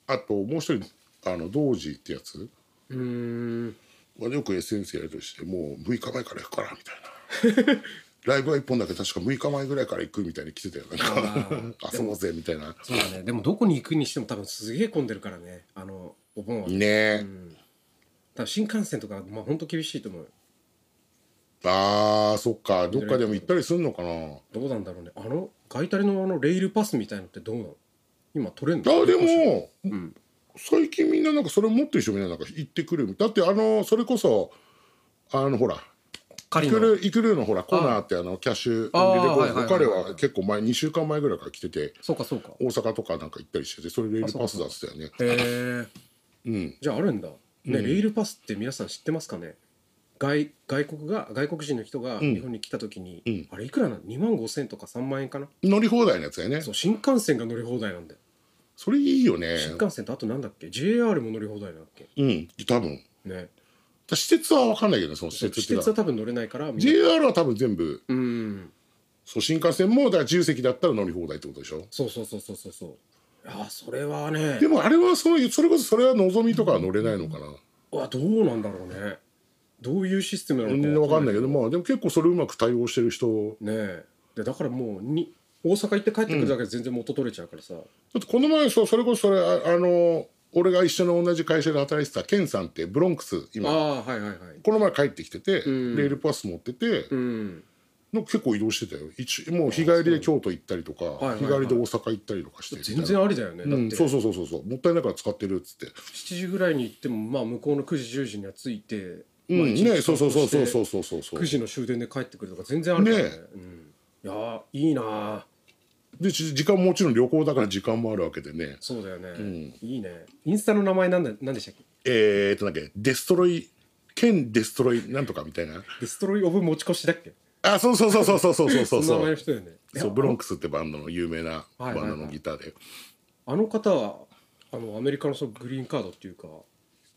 Speaker 1: あともう一人あのドージーってやつ
Speaker 2: うーん
Speaker 1: はよく SNS やるとしてもう6日前から行くからみたいな
Speaker 4: [laughs]
Speaker 1: ライブは1本だけど確か6日前ぐらいから行くみたいに来てたよなんか [laughs] 遊ぼうぜみたいな
Speaker 2: そうだねでもどこに行くにしても多分すげえ混んでるからねあのお盆は、
Speaker 1: ねえ、
Speaker 2: 多分新幹線とかまあ本当厳しいと思う
Speaker 1: あーそっかどっかでも行ったりすんのかな
Speaker 2: どうなんだろうねあのガイタリのあのレイルパスみたいのってどうなの今取れんの
Speaker 1: あでも、
Speaker 2: ん
Speaker 1: 最近みんななんかそれ持ってる人みんななんか行ってくるだってあのそれこそあのほら
Speaker 4: 狩
Speaker 1: イ
Speaker 4: り
Speaker 1: ク
Speaker 4: の
Speaker 1: ルイクルーのほらコーナーってあのキャッシュ
Speaker 4: あー
Speaker 1: リレコ
Speaker 4: はいはいはいはい
Speaker 1: 彼は結構前2週間前ぐらいから来てて
Speaker 4: そうかそうか
Speaker 1: 大阪とかなんか行ったりしててそれレールパスだっつったよね
Speaker 4: へえ
Speaker 1: うん
Speaker 2: じゃああるんだ、ねレイルパスって皆さん知ってますかね外外国が外国人の人が日本に来た時に、
Speaker 1: うん
Speaker 2: あれいくらなの2万5千とか3万円かな、
Speaker 1: 乗り放題のやつだよね
Speaker 2: そ
Speaker 1: そう
Speaker 2: 新幹線が乗り放題なんだよ
Speaker 1: れいいよね
Speaker 2: 新幹線とあとなんだっけ JR も乗り放題なんだっけ
Speaker 1: うん多分
Speaker 2: ね
Speaker 1: 私鉄は分かんないけどねその施設
Speaker 2: 私
Speaker 1: っていう
Speaker 2: 鉄
Speaker 1: か
Speaker 2: は多分乗れないからみんな
Speaker 1: JR は多分全部
Speaker 2: うん
Speaker 1: そう新幹線もだから自由席だったら乗り放題ってことでしょ
Speaker 2: そうそうそうそうそうそうあそれはね
Speaker 1: でもあれはそのそれこそそれはのぞみとかは乗れないのかな、
Speaker 2: あどうなんだろうねどういうシステムな
Speaker 1: 全然
Speaker 2: のか
Speaker 1: 分かんないけどまあでも結構それうまく対応してる人
Speaker 2: ねえでだからもうに大阪行って帰ってくるだけで全然元取れちゃうからさ、
Speaker 1: だってこの前そうそれこそそれああの俺が一緒の同じ会社で働いてたケンさんってブロンクス
Speaker 2: あ
Speaker 1: 今
Speaker 2: あはいはいはい
Speaker 1: この前帰ってきてて、
Speaker 2: ん
Speaker 1: レールパス持ってて、
Speaker 2: うん
Speaker 1: の結構移動してたよ一もう日帰りで京都行ったりとか、
Speaker 2: はいはい
Speaker 1: 日帰りで大阪行ったりとかしてみたいな
Speaker 2: 全然ありだよね、
Speaker 1: うん、
Speaker 2: だっ
Speaker 1: そ
Speaker 2: て
Speaker 1: うそうそうそうそうもったいないから使ってるっつって、
Speaker 2: 7時ぐらいに行ってもまあ向こうの9時10時には着いて、
Speaker 1: うん
Speaker 2: まあ、一日
Speaker 1: ねそうそうそうそうそう
Speaker 2: 散歩して
Speaker 1: そうそうそう
Speaker 2: 9時の終電で帰ってくるとか全然あるからね
Speaker 1: ね
Speaker 2: うん、いやーいいなあ
Speaker 1: でじ時間ももちろん旅行だから時間もあるわけでね
Speaker 2: そうだよね、いいねインスタの名前なんだなんでしたっけ
Speaker 1: えー、っとなんだっけデストロイ剣デストロイなんとかみたいな
Speaker 2: デストロイ・オブ・持ち越しだっけ
Speaker 1: あそうそうそうそうそうそうそうそ
Speaker 2: そう [laughs] の名
Speaker 1: そう
Speaker 2: 前の人だよね
Speaker 1: そうブロンクスってバンドの有名なバ
Speaker 2: はいはいはい
Speaker 1: ンドのギターで、
Speaker 2: あの方はあのアメリカのそのグリーンカードっていうか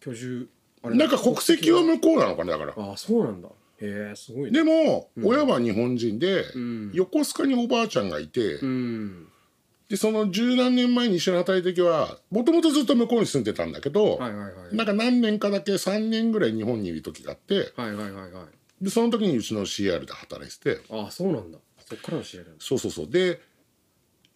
Speaker 2: 居住あれ
Speaker 1: なんか国籍は向こうなのかねだから
Speaker 2: ああそうなんだへえすごい
Speaker 1: で
Speaker 2: ね
Speaker 1: も、親は日本人で、
Speaker 2: ん
Speaker 1: 横須賀におばあちゃんがいて、
Speaker 2: うん
Speaker 1: でその十何年前に一緒に働いた時はもともとずっと向こうに住んでたんだけど、
Speaker 2: はいはいはい
Speaker 1: なんか何年かだけ3年ぐらい日本にいる時があって
Speaker 2: はいはいはいはい
Speaker 1: でその時にうちの CR で働いてて
Speaker 2: ああそうなんだそっからの試合なんだ
Speaker 1: そうそうそうで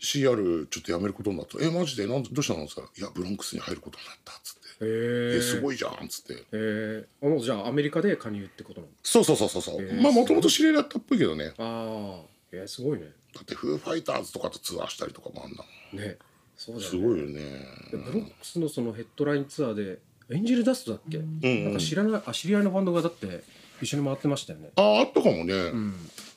Speaker 1: CR ちょっと辞めることになって「えマジでなんどうしたの?」っつったら「いやブロンクスに入ることになった」っつって
Speaker 2: へ
Speaker 1: 「え
Speaker 2: え
Speaker 1: す
Speaker 2: い
Speaker 1: ごいじゃん」っつって
Speaker 2: へえもうじゃあアメリカで加入ってことなんだ
Speaker 1: そうそうそうそうそう、
Speaker 2: ー
Speaker 1: まあもともと知り合いだったっぽいけどね
Speaker 2: ああへえすごいね
Speaker 1: だってフーファイターズとかとツアーしたりとかもあんなもん
Speaker 2: ねそうだよ
Speaker 1: す
Speaker 2: ね
Speaker 1: ごいよね
Speaker 2: でブロックスのそのヘッドラインツアーでエンジェルダストだっけ、
Speaker 1: ん
Speaker 2: なんか知らないあ知り合いのバンドがだって一緒に回ってましたよね
Speaker 1: あああったかもね、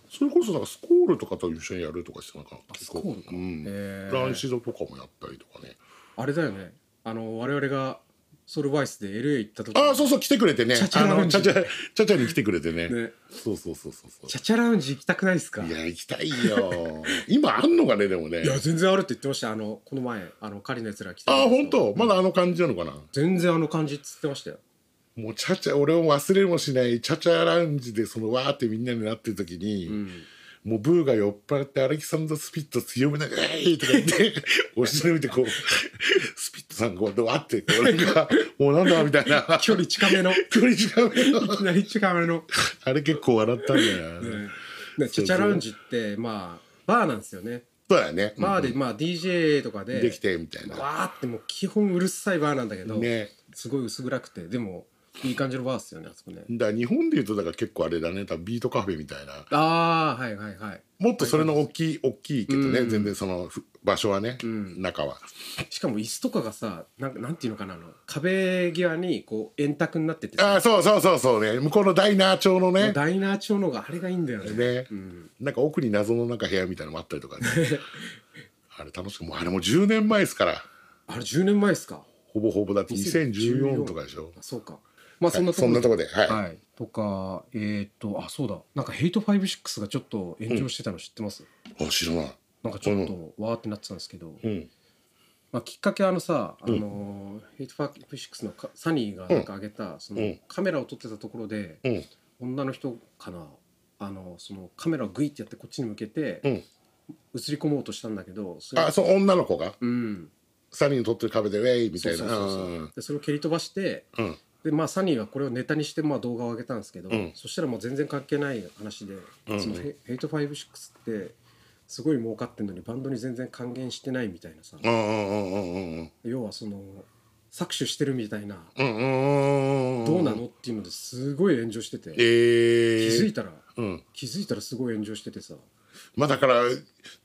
Speaker 1: それこそなんかスコールとかと一緒にやるとかしてなんか
Speaker 2: スコールか
Speaker 1: うん
Speaker 2: へー
Speaker 1: ランシドとかもやったりとかね
Speaker 2: あれだよねあの我々がソウルバイスで LA 行った時
Speaker 1: ああそうそう来てくれてね
Speaker 2: チャチ
Speaker 1: あ
Speaker 2: ャラウ
Speaker 1: の
Speaker 2: ン
Speaker 1: チ
Speaker 2: ジ
Speaker 1: ャチャチャチャに来てくれてね
Speaker 2: ね
Speaker 1: そうそうそうそうそ
Speaker 2: チャチャラウンジ行きたくないですか
Speaker 1: ういや行きたいよ [laughs] 今あんのかねでもね
Speaker 2: いや全然あるって言ってましたあのこの前あの狩りのやつら来て
Speaker 1: ああ本当まだあの感じなのかな、
Speaker 2: 全然あの感じっつってましたよ
Speaker 1: もうチャチャ俺を忘れもしないチャチャラウンジでそのわーってみんなになってる時に、もうブーが酔っ払ってアレキサンダー・スピット強めながら「えい!」とか言って
Speaker 2: [laughs]
Speaker 1: お尻を見てこうスピットさんがこうやってわーってこうなん
Speaker 2: [laughs]
Speaker 1: か「もうなんだ?」みたいな
Speaker 2: 距離近
Speaker 1: [laughs]
Speaker 2: めのい
Speaker 1: 距離近めの
Speaker 2: きなり近めの、ね
Speaker 1: あれ結構笑ったんだよな、
Speaker 2: ねチャチャラウンジってまあバーなんですよね
Speaker 1: そうだよね、
Speaker 2: バーで、まあ DJ とかで
Speaker 1: うんできてみたいな
Speaker 2: わーってもう基本うるさいバーなんだけど、
Speaker 1: ね
Speaker 2: すごい薄暗くてでもいい感じのバーっすよねあそこね
Speaker 1: だから日本でいうとだから結構あれだね多分ビートカフェみたいな
Speaker 2: ああはいはいはい
Speaker 1: もっとそれの大きい大きいけどね、全然そのふ場所はね、中は
Speaker 2: しかも椅子とかがさなんかなんていうのかなあの壁際にこう円卓になっててさ
Speaker 1: ああそうそうそうそうね向こうのダイナー調のね
Speaker 2: ダイナー調のがあれがいいんだよね
Speaker 1: ね、なんか奥に謎のなんか部屋みたいなのもあったりとかねあれ楽しくもうあれもう10年前ですから
Speaker 2: あれ10年前ですか
Speaker 1: ほぼほぼだって2014とかでしょ
Speaker 2: あそうかまあそん
Speaker 1: は
Speaker 2: な
Speaker 1: いそんなとこではい、
Speaker 4: はいとかえーっとあそうだなんかヘイト56がちょっと延長してたの知ってます、
Speaker 1: あ知らない
Speaker 4: なんかちょっとわーってなってたんですけど、
Speaker 1: うん
Speaker 2: まあ、きっかけはあのさ、あのヘイトファープシックスのかサニーがなんか上げた、その
Speaker 1: うん
Speaker 2: カメラを撮ってたところで、
Speaker 1: うん
Speaker 2: 女の人かなあのそのカメラをグイってやってこっちに向けて、
Speaker 1: うん
Speaker 2: 映り込もうとしたんだけどそれ
Speaker 1: あそう女の子が
Speaker 2: うん
Speaker 1: サニーに撮ってる壁でウェイみた
Speaker 2: そう
Speaker 1: いな
Speaker 2: そうそうそうでそれを蹴り飛ばして
Speaker 1: うん
Speaker 2: で、まあ、サニーはこれをネタにしてまあ動画を上げたんですけど、
Speaker 1: うん
Speaker 2: そしたらもう全然関係ない話で、
Speaker 1: うん
Speaker 2: そのヘイトファイブシックスってすごい儲かってんのにバンドに全然還元してないみたいなさ、
Speaker 1: うんうんうんうんうん
Speaker 2: 要はその搾取してるみたいな、
Speaker 1: うんうんうん
Speaker 2: どうなのっていうのですごい炎上してて、
Speaker 1: ええ
Speaker 2: 気づいたら
Speaker 1: うん
Speaker 2: 気づいたらすごい炎上しててさ
Speaker 1: まあだから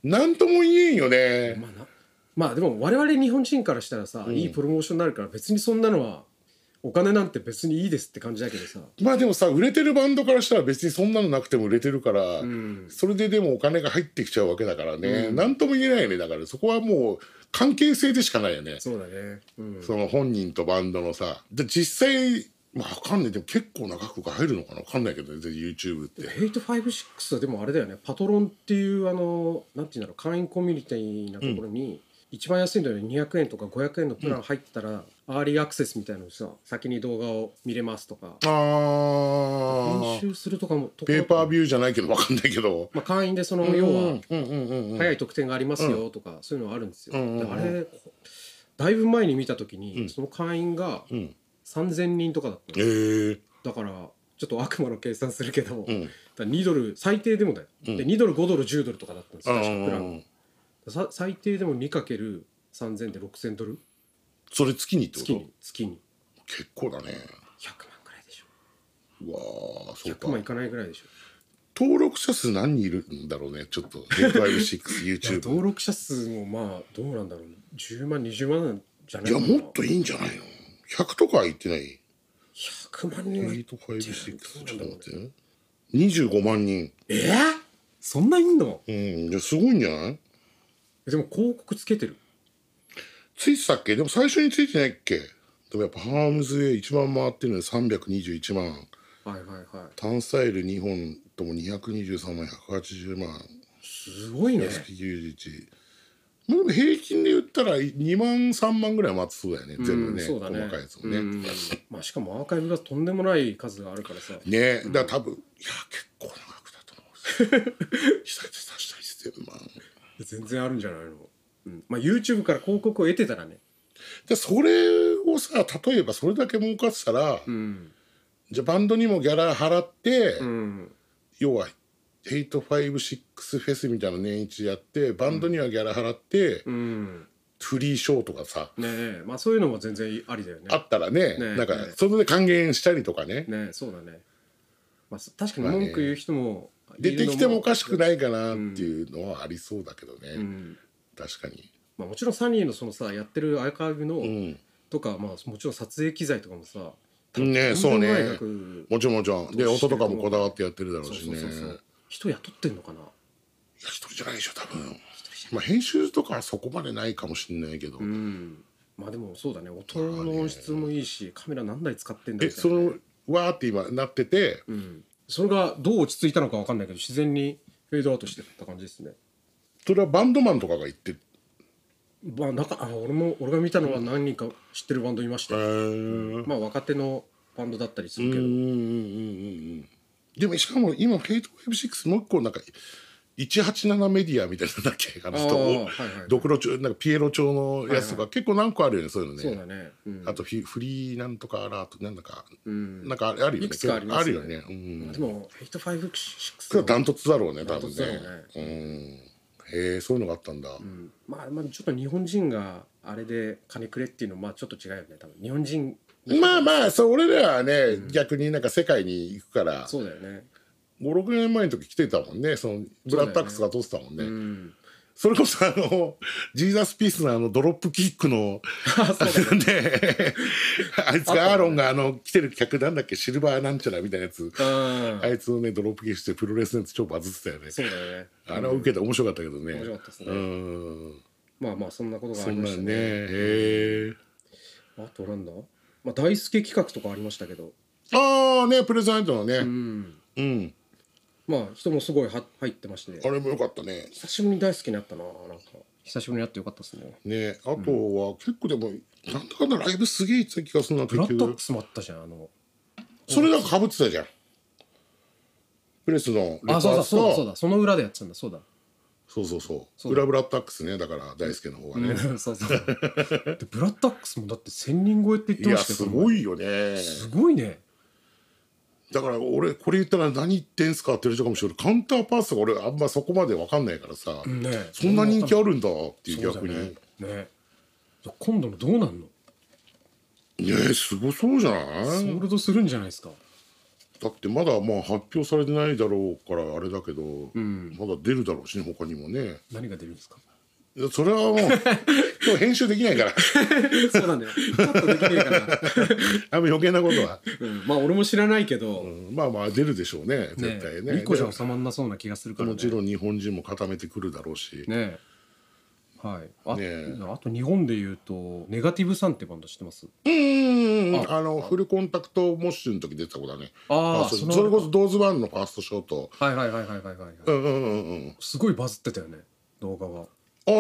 Speaker 1: 何とも言えんよね
Speaker 2: まあなまあでも我々日本人からしたらさ、
Speaker 1: ん
Speaker 2: いいプロモーションになるから別にそんなのはお金なんて別にいいですって感じだけどさ
Speaker 1: まあでもさ売れてるバンドからしたら別にそんなのなくても売れてるから、
Speaker 2: ん
Speaker 1: それででもお金が入ってきちゃうわけだからね、なん、何とも言えないよねだからそこはもう関係性でしかないよね
Speaker 2: そうだねうん
Speaker 1: その本人とバンドのさで実際まあわかんないでも結構長く入るのかなわかんないけどね全然 YouTube って
Speaker 2: ヘイト56はでもあれだよねパトロンっていうあのなんていうんだろう会員コミュニティなところに、一番安いので200円とか500円のプラン入ったら、アーリーアクセスみたいなのにさ先に動画を見れますとか
Speaker 1: あ
Speaker 2: 編
Speaker 1: ー
Speaker 2: 集するとかもとこ
Speaker 1: ペ
Speaker 2: ろ
Speaker 1: ーパービューじゃないけどわかんないけど
Speaker 2: まあ、会員でその要は
Speaker 1: うんうんうんうん
Speaker 2: 早い得点がありますよとかそういうのはあるんです
Speaker 1: う
Speaker 2: よ。
Speaker 1: んうんうん
Speaker 2: であれだいぶ前に見た時にその会員が
Speaker 1: うん
Speaker 2: 3,000人とかだった
Speaker 1: ええ
Speaker 2: のだからちょっと悪魔の計算するけど、
Speaker 1: うん
Speaker 2: だから2ドル最低でもだよ、
Speaker 1: うん
Speaker 2: で2ドル5ドル10ドルとかだったんですよ確かプラ
Speaker 1: う
Speaker 2: ン
Speaker 1: ん
Speaker 2: さ最低でも 2×3000 で6000ドル
Speaker 1: それ月にってこ
Speaker 2: 月
Speaker 1: と
Speaker 2: に月に
Speaker 1: 結構だね
Speaker 2: 100万くらいでしょ
Speaker 1: うわあそうか
Speaker 2: 100万いかないぐらいでしょ
Speaker 1: 登録者数何人いるんだろうねちょっと
Speaker 2: [laughs] いや
Speaker 1: 856YouTube
Speaker 2: 登録者数もまあどうなんだろうね10万20万なんじゃないい
Speaker 1: や
Speaker 2: かな
Speaker 1: もっといいんじゃないの100とかは言ってない
Speaker 2: 100万人は
Speaker 1: 856ちょっと待ってね25万人
Speaker 2: えー、そんないんの
Speaker 1: うんいやすごいんじゃない
Speaker 2: でも広告つけてる
Speaker 1: ついてたっけでも最初についてないっけでもやっぱハームズへ一番回ってるのに321万
Speaker 2: はいはいはい
Speaker 1: 単スタイル2本とも223万180万
Speaker 2: すごいね
Speaker 1: SP91 まあでも平均で言ったら2万3万ぐらい待つそうだよね全部
Speaker 2: うん
Speaker 1: ね
Speaker 2: そうだね
Speaker 1: 細かいやつもね、
Speaker 2: うんまあしかもアーカイブがとんでもない数があるからさ
Speaker 1: ねだから多分いや結構長くだと
Speaker 2: [laughs]
Speaker 1: 思う久々久々久々まあ
Speaker 2: 全然あるんじゃないの、うんまあ、YouTube から広告を得てたらね
Speaker 1: でそれをさ例えばそれだけ儲かってたら、
Speaker 2: うん、
Speaker 1: じゃあバンドにもギャラ払って、
Speaker 2: うん、
Speaker 1: 要は856フェスみたいなの年一でやってバンドにはギャラ払って、
Speaker 2: うん、
Speaker 1: フリーショーとかさ、
Speaker 2: ねえまあそういうのも全然ありだよね
Speaker 1: あったらね
Speaker 2: ね
Speaker 1: なんか
Speaker 2: ね
Speaker 1: それで還元したりとかね
Speaker 2: ねえそうだね、まあ、そ確かに文句言う人も
Speaker 1: 出てきてもおかしく
Speaker 2: い
Speaker 1: ないかなっていうのはありそうだけどね、
Speaker 2: るのも、うん
Speaker 1: 確かに。
Speaker 2: まあ、もちろんサニーのそのさやってるアーカイブの、
Speaker 1: うん
Speaker 2: とか、まあ、もちろん撮影機材とかもさ
Speaker 1: ね
Speaker 2: と
Speaker 1: そうん
Speaker 2: でもない
Speaker 1: ね
Speaker 2: 額
Speaker 1: もちろんもちろんで
Speaker 2: どうして
Speaker 1: 音と
Speaker 2: ると
Speaker 1: か
Speaker 2: 思う
Speaker 1: もこだわってやってるだろ
Speaker 2: そうう
Speaker 1: し
Speaker 2: そう
Speaker 1: ねい
Speaker 2: そうそ
Speaker 1: や
Speaker 2: う人雇ってんのかな
Speaker 1: 一人じゃないでしょ多分まあ編集とかはそこまでないかもしれないけど、
Speaker 2: うんまあでもそうだね音の音質もいいしカメラ何台使ってんだ
Speaker 1: え
Speaker 2: みた
Speaker 1: そ
Speaker 2: いなね、
Speaker 1: のわーって今なってて、
Speaker 2: うん、それがどう落ち着いたのか分かんないけど自然にフェードアウトしてった感じですね
Speaker 1: それはバンドマンとかが言って
Speaker 2: まあなんかあ俺も俺が見たのは何人か知ってるバンドいました、
Speaker 1: へー
Speaker 2: まあ若手のバンドだったりす
Speaker 1: うん
Speaker 2: る
Speaker 1: うん
Speaker 2: け
Speaker 1: うん
Speaker 2: ど、
Speaker 1: うんうんでもしかも今フェイト56もう一個なんか187メディアみたいなのだっけあの
Speaker 2: あー
Speaker 1: 人
Speaker 2: はいはい
Speaker 1: ドクロ調なんかピエロ調のやつとか、結構何個あるよねそういうのね
Speaker 2: そうだね、うん、
Speaker 1: あとフィフリーなんとかアラートなんだか、
Speaker 2: ん
Speaker 1: なんかあるよね
Speaker 2: いくつかありますね
Speaker 1: よねうん
Speaker 2: でも「
Speaker 1: それは
Speaker 2: 856
Speaker 1: ダントツだろうね多分
Speaker 2: ダン
Speaker 1: ね
Speaker 2: ト
Speaker 1: うんへえそういうのがあったんだ、
Speaker 2: うんまあまあちょっと日本人があれで金くれっていうのはまあちょっと違うよね多分日本人
Speaker 1: まあまあそう俺らはね、逆になんか世界に行くから
Speaker 2: そうだよね
Speaker 1: 56年前の時来てたもんねそのブラッドアックスが通ってたもんねそ
Speaker 2: うん
Speaker 1: れこそあのジーザスピースのあのドロップキックの
Speaker 4: [laughs]
Speaker 1: であいつがアーロンがあの来てる客なんだっけシルバーなんちゃらみたいなやつ
Speaker 2: あ
Speaker 1: あいつのねドロップキックしてプロレスのやつ超バズってたよね
Speaker 2: そうだよね
Speaker 1: あれは受けて面白かったけどね
Speaker 2: 面白かったですね
Speaker 1: うん
Speaker 2: まあまあそんなことがあ
Speaker 1: そ
Speaker 2: り
Speaker 1: ん
Speaker 2: ま
Speaker 1: な
Speaker 2: し
Speaker 1: ん
Speaker 2: た
Speaker 1: ね
Speaker 2: ね
Speaker 1: へえ
Speaker 2: あとなんだまあ大輔企画とかありましたけど
Speaker 1: ああねプレゼントのね
Speaker 2: うん
Speaker 1: うん
Speaker 2: まあ人もすごいは入ってまして
Speaker 1: あれもよかったね
Speaker 2: 久しぶりに大輔になったななんか
Speaker 4: 久しぶりに会ってよかったですね
Speaker 1: ねあとは結構でも、なんだかんだライブすげえ行ってた気がするな
Speaker 4: ブラ
Speaker 1: 結
Speaker 4: ッドアッ
Speaker 1: 局
Speaker 4: クスもあったじゃんあの
Speaker 1: それなんかかぶってたじゃんプレスのレパ
Speaker 4: あ
Speaker 1: ーツ
Speaker 4: そう
Speaker 1: と
Speaker 4: だそうだそうだその裏でやってたんだそうだ
Speaker 1: そうそうそう
Speaker 4: そうだ
Speaker 1: 裏ブラッドアックスねだから大輔の方がね、
Speaker 4: う
Speaker 2: [laughs]
Speaker 4: んそうそうでブラッドアックスもだって1000人超えって言っ
Speaker 1: い
Speaker 4: て
Speaker 1: や
Speaker 4: ました
Speaker 1: す
Speaker 4: よ
Speaker 1: ごいよね
Speaker 4: すごいね
Speaker 1: だから俺これ言ったら何言ってんすかって言われるかもしれないカウンターパースが俺あんまそこまで分かんないからさ、
Speaker 4: ね
Speaker 1: そんな人気あるんだってい
Speaker 4: そ
Speaker 1: う
Speaker 4: うだ
Speaker 1: 逆に
Speaker 4: ねね今度のどうなんの
Speaker 1: ねえすごそうじゃな
Speaker 4: ソ
Speaker 1: い
Speaker 4: ールドするんじゃないですか
Speaker 1: だってまだまあ発表されてないだろうからあれだけど、
Speaker 4: ん
Speaker 1: まだ出るだろうしね他にもね
Speaker 4: 何が出るんですか [laughs]
Speaker 1: いやそれはもう今日編集できないから
Speaker 2: そうなんだよカットできねえから、
Speaker 1: あんま余計なことは、
Speaker 2: うん、まあ俺も知らないけど、
Speaker 1: うんまあまあ出るでしょうね絶対ね
Speaker 4: 1個じゃ収まんなそうな気がするからね
Speaker 1: もちろん日本人も固めてくるだろうし、
Speaker 4: ねはいあ,、
Speaker 1: ねえ
Speaker 4: あと日本で言うとネガティブさんってバンド知ってます
Speaker 1: うんうんう
Speaker 4: あ
Speaker 1: んあのフルコンタクトモッシュの時出てたことだね
Speaker 4: ああ
Speaker 1: ファースト
Speaker 4: その
Speaker 1: それこそドーズワンのファーストショート
Speaker 4: はいはいはいはいはいはい、
Speaker 1: うんうんうんうん
Speaker 4: すごいバズってたよね動画が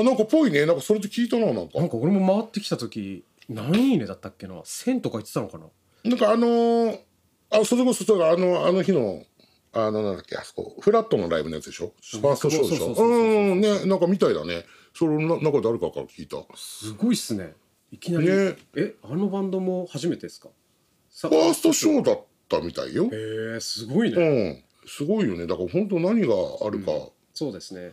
Speaker 1: あなんかぽいねなんかそれと聞いたななんか
Speaker 4: なんか俺も回ってきた時何いいねだったっけな1000とか言ってたのかな
Speaker 1: なんかあのーあそれこそだからあのあの日のあのなんだっけあそこフラットのライブのやつでしょファーストショーで
Speaker 4: そ
Speaker 1: し
Speaker 4: うそう
Speaker 1: ょ
Speaker 4: そうそううそうん
Speaker 1: うんねなんかみたいだねそれななんか誰かから聞いたフ
Speaker 4: すごいっすねいきなり、
Speaker 1: ね
Speaker 2: えあのバンドも初めてですかフ
Speaker 1: ァーストショ
Speaker 2: ー
Speaker 1: ーだったみたいよ
Speaker 2: えー、すごいね、
Speaker 1: うんすごいよねだから本当何があるか、
Speaker 2: そうですね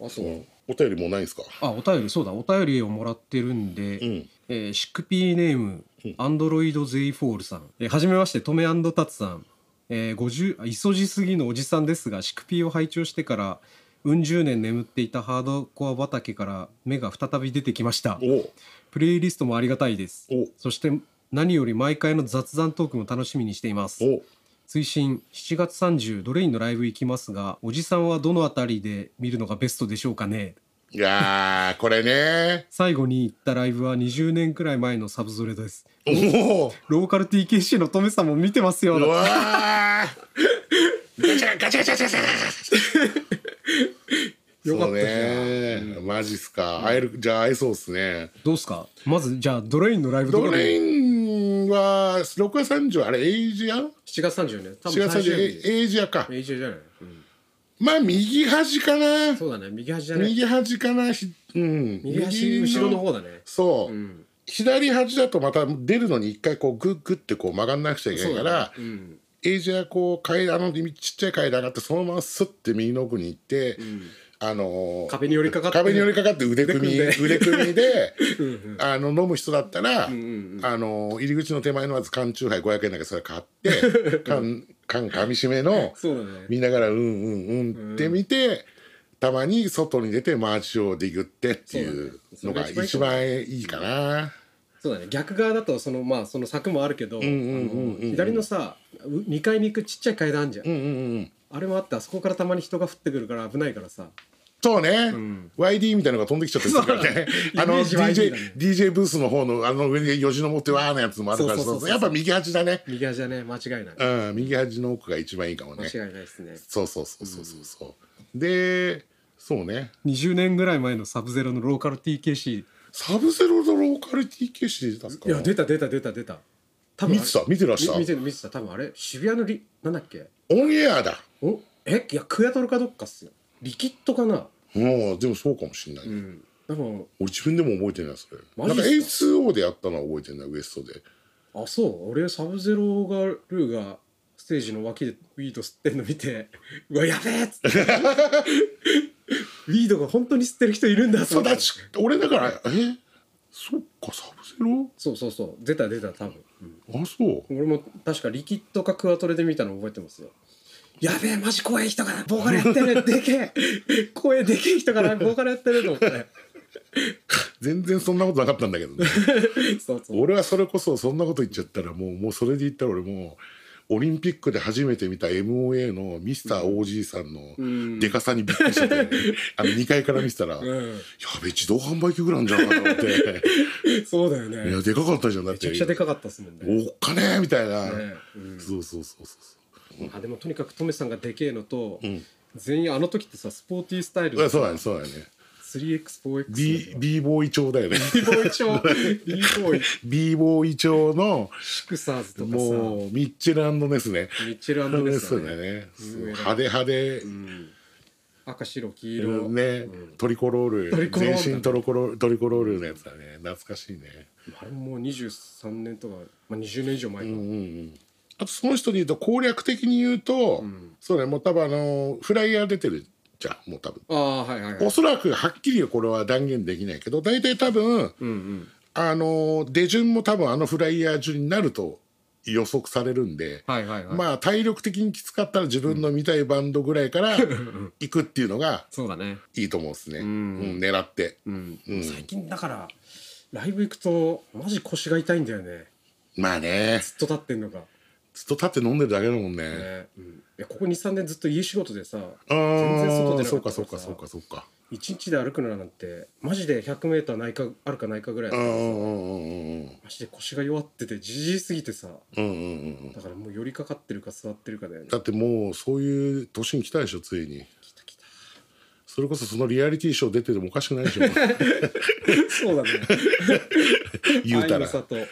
Speaker 2: あと
Speaker 1: そ
Speaker 2: は、
Speaker 1: のお便りもうないんすか
Speaker 4: あお便りそうだお便りをもらってるんで、
Speaker 1: うん
Speaker 4: えーシックピーネームアンドロイドゼイフォールさん、えーはじめましてトメタツさん、えー、50あ急ぎすぎのおじさんですがシックピーを拝聴してからうん十年眠っていたハードコア畑から目が再び出てきました
Speaker 1: お
Speaker 4: プレイリストもありがたいです
Speaker 1: お
Speaker 4: そして何より毎回の雑談トークも楽しみにしています
Speaker 1: お
Speaker 4: 追伸7月30ドレインのライブ行きますがおじさんはどのあたりで見るのがベストでしょうかね
Speaker 1: いやーこれね
Speaker 4: 最後に行ったライブは20年くらい前のサブゾレです
Speaker 1: おお
Speaker 4: ローカル TKC のトメさんも見てますよ
Speaker 1: うわーガチャガチャガチャガチャガチャガチャ
Speaker 2: よかったじゃん
Speaker 1: そうねマジっすか会えるじゃあ会えそうっすね
Speaker 4: どうすかまずじゃあドレインのライブと
Speaker 1: ド
Speaker 4: か
Speaker 1: レ
Speaker 4: で
Speaker 1: インは6月30あれエイジア7
Speaker 2: 7月30ね多分
Speaker 1: 月
Speaker 2: 最終日
Speaker 1: 30エイジアか
Speaker 2: 明治じゃない、うん、
Speaker 1: まあ右端かな
Speaker 2: そうだね右端じゃない
Speaker 1: 右端かなひうん
Speaker 2: 右端後ろの方だね
Speaker 1: そう、
Speaker 2: うん
Speaker 1: 左端だとまた出るのに一回こうグッグッてこう曲がんなくちゃいけな
Speaker 2: そ
Speaker 1: いうか
Speaker 2: だ
Speaker 1: ら、
Speaker 2: ねうん
Speaker 1: エイジアこう階段のちっちゃい階段上がってそのままスッて右の奥に行って、あのー
Speaker 2: 壁に寄りかかって
Speaker 1: 壁に寄りかかって腕組み
Speaker 2: 腕
Speaker 1: 腕
Speaker 2: 組
Speaker 1: 組み
Speaker 2: [laughs]
Speaker 1: であの飲む人だったら、
Speaker 2: ん
Speaker 1: あのー入り口の手前のまず缶チューハイ500円だけそれ買って
Speaker 2: [laughs]
Speaker 1: 缶缶かみしめの
Speaker 2: そうだね
Speaker 1: 見ながらうんうんうんって見て、たまに外に出てマーチをディグってっていう
Speaker 2: そ
Speaker 1: の
Speaker 2: うだ
Speaker 1: が
Speaker 2: ねそれが
Speaker 1: 一
Speaker 2: 一番
Speaker 1: 番いいかな。
Speaker 2: そうだね逆側だとそのまあその柵もあるけど、
Speaker 1: んうんうん
Speaker 2: あの左のさ2階に行くちっちゃい階段あんじゃん、
Speaker 1: うんうんうん
Speaker 2: あれもあってあそこからたまに人が降ってくるから危ないからさ
Speaker 1: そうね、YD みたいなのが飛んできちゃったりするからね [laughs] あの
Speaker 2: イメージ YD だ
Speaker 1: DJ,
Speaker 2: ね
Speaker 1: DJ ブースの方のあの上に吉野持ってわーのやつもあるから
Speaker 2: そうそうそうそう
Speaker 1: やっぱ右端だね
Speaker 2: 右端じゃね間違いない
Speaker 1: うん右端の奥が一番いいかも
Speaker 2: 間
Speaker 1: ね
Speaker 2: 違いないですね
Speaker 1: そうそうそうそうそうそうでそうね
Speaker 4: 20年ぐらい前のサブゼロのローカル TKC
Speaker 1: サブゼロのローカル TKC 出たんすか
Speaker 2: いや出た出た出た出た多
Speaker 1: 見てた見てらっしゃ
Speaker 2: み見てる見てた多分あれ渋谷のリなんだっけ
Speaker 1: オンエアだ
Speaker 2: おえいやクヤトルかどっかっすよリキッドかな
Speaker 1: うんでもそうかもしんない、
Speaker 2: うん多分
Speaker 1: 俺自分でも覚えてないそれ
Speaker 2: マ
Speaker 1: な
Speaker 2: ジ
Speaker 1: ん
Speaker 2: っ
Speaker 1: か
Speaker 2: すか
Speaker 1: A2O でやったのは覚えてないウエストで
Speaker 2: あそう俺サブゼロがルーがステージの脇でウィード吸ってんの見てうわやべえっつって
Speaker 4: [laughs]
Speaker 2: ウィードが本当に吸ってる人いるんだと
Speaker 1: そう
Speaker 2: 思っ
Speaker 1: だ
Speaker 2: て
Speaker 1: ち俺だからえそっかサブゼロ
Speaker 2: そうそうそう出た出た多分、
Speaker 1: あそう
Speaker 2: 俺も確かリキッドかクアトレで見たの覚えてますよやべえマジ怖い人かなボーカルやって
Speaker 1: [laughs]
Speaker 2: るでけえ声でけえ人かなボーカルやってると思って
Speaker 1: 全然そんなことなかったんだけどね
Speaker 2: そうそう
Speaker 1: 俺はそれこそそんなこと言っちゃったらもうもうそれで言ったら俺もうオリンピックで初めて見た MOA のミスター OG さんのでかさにびっくりしちゃって、
Speaker 2: [laughs]
Speaker 1: あの2階から見てたら、やべ自動販売機ぐらいあんじゃんかと思って
Speaker 2: [laughs] そうだよ
Speaker 1: い
Speaker 2: ね
Speaker 1: やでかかったじゃんだっ
Speaker 2: め
Speaker 1: て
Speaker 2: ちゃくちゃでかかったっすもんね
Speaker 1: おっかねみたいな、
Speaker 2: ねうん
Speaker 1: そうそうそうそう
Speaker 2: あでもとにかくトメさんがでけえのと、全員あの時ってさスポーティースタイル
Speaker 1: そう
Speaker 2: で
Speaker 1: そうだねそうだね
Speaker 2: 3X4X
Speaker 1: B, B ボーイ調だよ
Speaker 2: [laughs]
Speaker 1: ね
Speaker 2: b ボーイ調 b ボーイ
Speaker 1: B ボーイ調の
Speaker 2: シクサーズとか
Speaker 1: もうミッチェルネスね
Speaker 2: さミッチェルアンド
Speaker 1: ネ
Speaker 2: レ
Speaker 1: ス
Speaker 2: ス
Speaker 1: だ
Speaker 2: だね、
Speaker 1: ねそう
Speaker 2: うん
Speaker 1: 派手派手
Speaker 2: うん、赤白黄
Speaker 1: い
Speaker 2: 色、
Speaker 1: ろいろねトリコロール
Speaker 2: トリコロールだね
Speaker 1: 全身トリコロールトリコロールのやつだね懐かしいね
Speaker 2: あれももう23年とか、まあ、20年以上前か、
Speaker 1: うんうんあとその人で言うと攻略的に言うと、そうねもう多分あのフライヤー出てるじゃんもう多分
Speaker 2: ああはいはいはい
Speaker 1: おそらくはっきりこれは断言できないけど大体多分
Speaker 2: うんうん
Speaker 1: あの出順も多分あのフライヤー順になると予測されるんで、
Speaker 4: はいはいはい、
Speaker 1: まあ体力的にきつかったら自分の見たいバンドぐらいから行くっていうのが
Speaker 4: そうだね
Speaker 1: いいと思うんですね、うんん狙って、
Speaker 2: うん
Speaker 1: うん
Speaker 2: 最近だからライブ行くとマジ腰が痛いんだよね
Speaker 1: まあね
Speaker 2: ずっと立ってんのが、ね
Speaker 1: ずっと立って飲んでるだけだもんね、
Speaker 2: うん、いやここ23年ずっと家仕事でさ
Speaker 1: あ
Speaker 2: 全然外
Speaker 1: あ
Speaker 2: 出な
Speaker 1: そ
Speaker 2: か
Speaker 1: う
Speaker 2: った
Speaker 1: か
Speaker 2: からさ
Speaker 1: そうかそうかそうか
Speaker 2: 1日で歩くのなんてマジで 100m ないかあるかないかぐらい
Speaker 1: うん
Speaker 2: マ
Speaker 1: うんうんうん
Speaker 2: ジで腰が弱っててじじいすぎてさ
Speaker 1: うんうんうん
Speaker 2: だからもう寄りかかってるか座ってるか
Speaker 1: [laughs]
Speaker 2: だよね
Speaker 1: だってもうそういう年に来たでしょついに
Speaker 2: 来た来た
Speaker 1: それこそそのリアリティショー出ててもおかしくないで
Speaker 2: [laughs]
Speaker 1: しょ
Speaker 2: そうだね
Speaker 1: 言うた
Speaker 2: 愛
Speaker 1: ら
Speaker 2: の
Speaker 1: [laughs]
Speaker 2: 里、うん、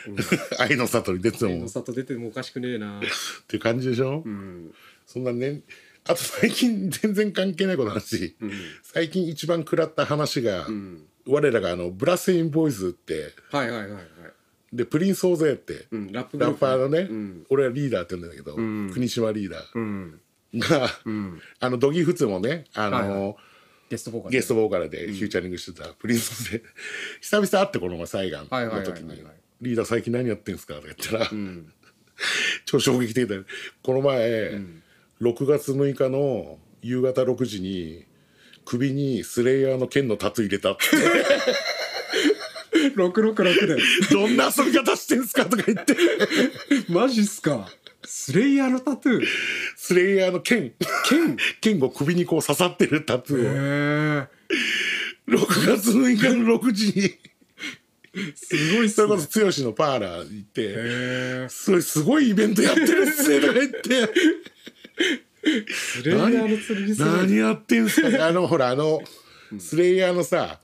Speaker 1: 愛の里に出てて
Speaker 2: 愛
Speaker 1: も
Speaker 2: の
Speaker 1: っ
Speaker 2: 里出てもおかしくねえな
Speaker 1: ていう感じでしょ、
Speaker 2: うん
Speaker 1: そんなねあと最近 [laughs] 全然関係ないこの話、
Speaker 2: うん
Speaker 1: 最近一番食らった話が、
Speaker 2: うん
Speaker 1: 我らがあのブラスインボーイズって
Speaker 2: はいはいはいはい、
Speaker 1: でプリンス大勢って、
Speaker 2: うん、ラップグ
Speaker 1: ラッ
Speaker 2: ループ
Speaker 1: パーのね、
Speaker 2: うん
Speaker 1: 俺はリーダーって言うんだけど、
Speaker 2: ん
Speaker 1: 国島リーダ
Speaker 2: うん
Speaker 1: ーが、 [laughs]
Speaker 2: うん
Speaker 1: あのドギーフツもねあの、
Speaker 4: はいはゲストボーカル
Speaker 1: ゲストボーカルでフューチャリングしてたプリンスで、久々会ってこの前サイガン
Speaker 2: はいは
Speaker 1: の
Speaker 2: いはいはい
Speaker 1: 時に
Speaker 2: はい
Speaker 1: 「リーダー最近何やってんすか?」とか言ったら、
Speaker 2: ん
Speaker 1: 超衝撃的だよこの前、6月6日の夕方6時に首にスレイヤーの剣のタトゥー入れたって
Speaker 2: [laughs] 666だよ
Speaker 1: どんな遊び方してんすかとか言って
Speaker 4: マジっすかスレイヤーのタトゥー
Speaker 1: スレイヤーの剣剣剣を首にこう刺さってるタトゥーを
Speaker 4: へ
Speaker 1: 6月6日の6時に
Speaker 4: えすごいっ
Speaker 1: そ
Speaker 4: す
Speaker 1: れ
Speaker 4: ね
Speaker 1: こそ剛のパーラー行って。
Speaker 4: へえ
Speaker 1: それすごいイベントやってるっすねとか言って
Speaker 2: [laughs] スレイヤーの剣にする
Speaker 1: 何やってんすかね [laughs] あのほらあのスレイヤーのさ